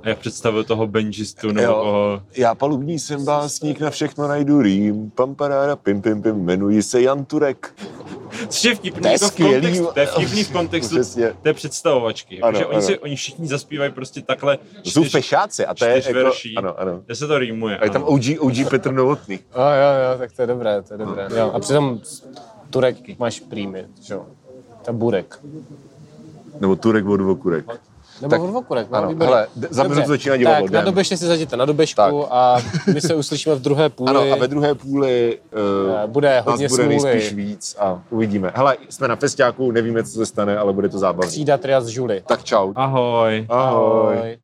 Speaker 3: a jak představuje toho benžistu
Speaker 2: No,
Speaker 3: nebo koho?
Speaker 2: Já palubní jsem básník, na všechno najdu rým, pam parára, pim pim pim, jmenuji se Jan Turek.
Speaker 3: Což je vtipný,
Speaker 2: To je
Speaker 3: jako v
Speaker 2: skvělý.
Speaker 3: kontextu, to je vtipný v kontextu
Speaker 2: Přesně.
Speaker 3: té představovačky. Ano,
Speaker 2: Ano,
Speaker 3: že oni,
Speaker 2: ano.
Speaker 3: si, oni všichni zaspívají prostě takhle
Speaker 2: Jsou fešáci a to je
Speaker 3: čtyř
Speaker 2: jako,
Speaker 3: verší,
Speaker 2: ano, ano.
Speaker 3: kde se to rýmuje.
Speaker 2: A je tam
Speaker 3: ano.
Speaker 2: OG, OG Petr Novotný.
Speaker 1: Jo, jo, jo, tak to je dobré, to je dobré.
Speaker 2: No.
Speaker 1: Jo, a přitom Turek máš prýmy, že jo? Ta burek.
Speaker 2: Nebo Turek od Vokurek.
Speaker 1: Nebo
Speaker 2: Tak,
Speaker 1: tak, odvokurek, no,
Speaker 2: ano,
Speaker 1: výborný.
Speaker 2: hele, d- za
Speaker 1: Dobře,
Speaker 2: minutu začíná divadlo,
Speaker 1: Tak, na
Speaker 2: jdem.
Speaker 1: dobeště si zajděte na dobešku
Speaker 2: Tak.
Speaker 1: a my se uslyšíme v druhé půli.
Speaker 2: Ano, a ve druhé půli
Speaker 1: Eh,
Speaker 2: uh,
Speaker 1: bude hodně
Speaker 2: nás bude
Speaker 1: smůly.
Speaker 2: nejspíš víc a uvidíme. Hele, jsme na festiáku, nevíme, co se stane, ale bude to zábavné.
Speaker 1: Třída Trias Žuly.
Speaker 2: Tak čau.
Speaker 3: Ahoj.
Speaker 2: Ahoj.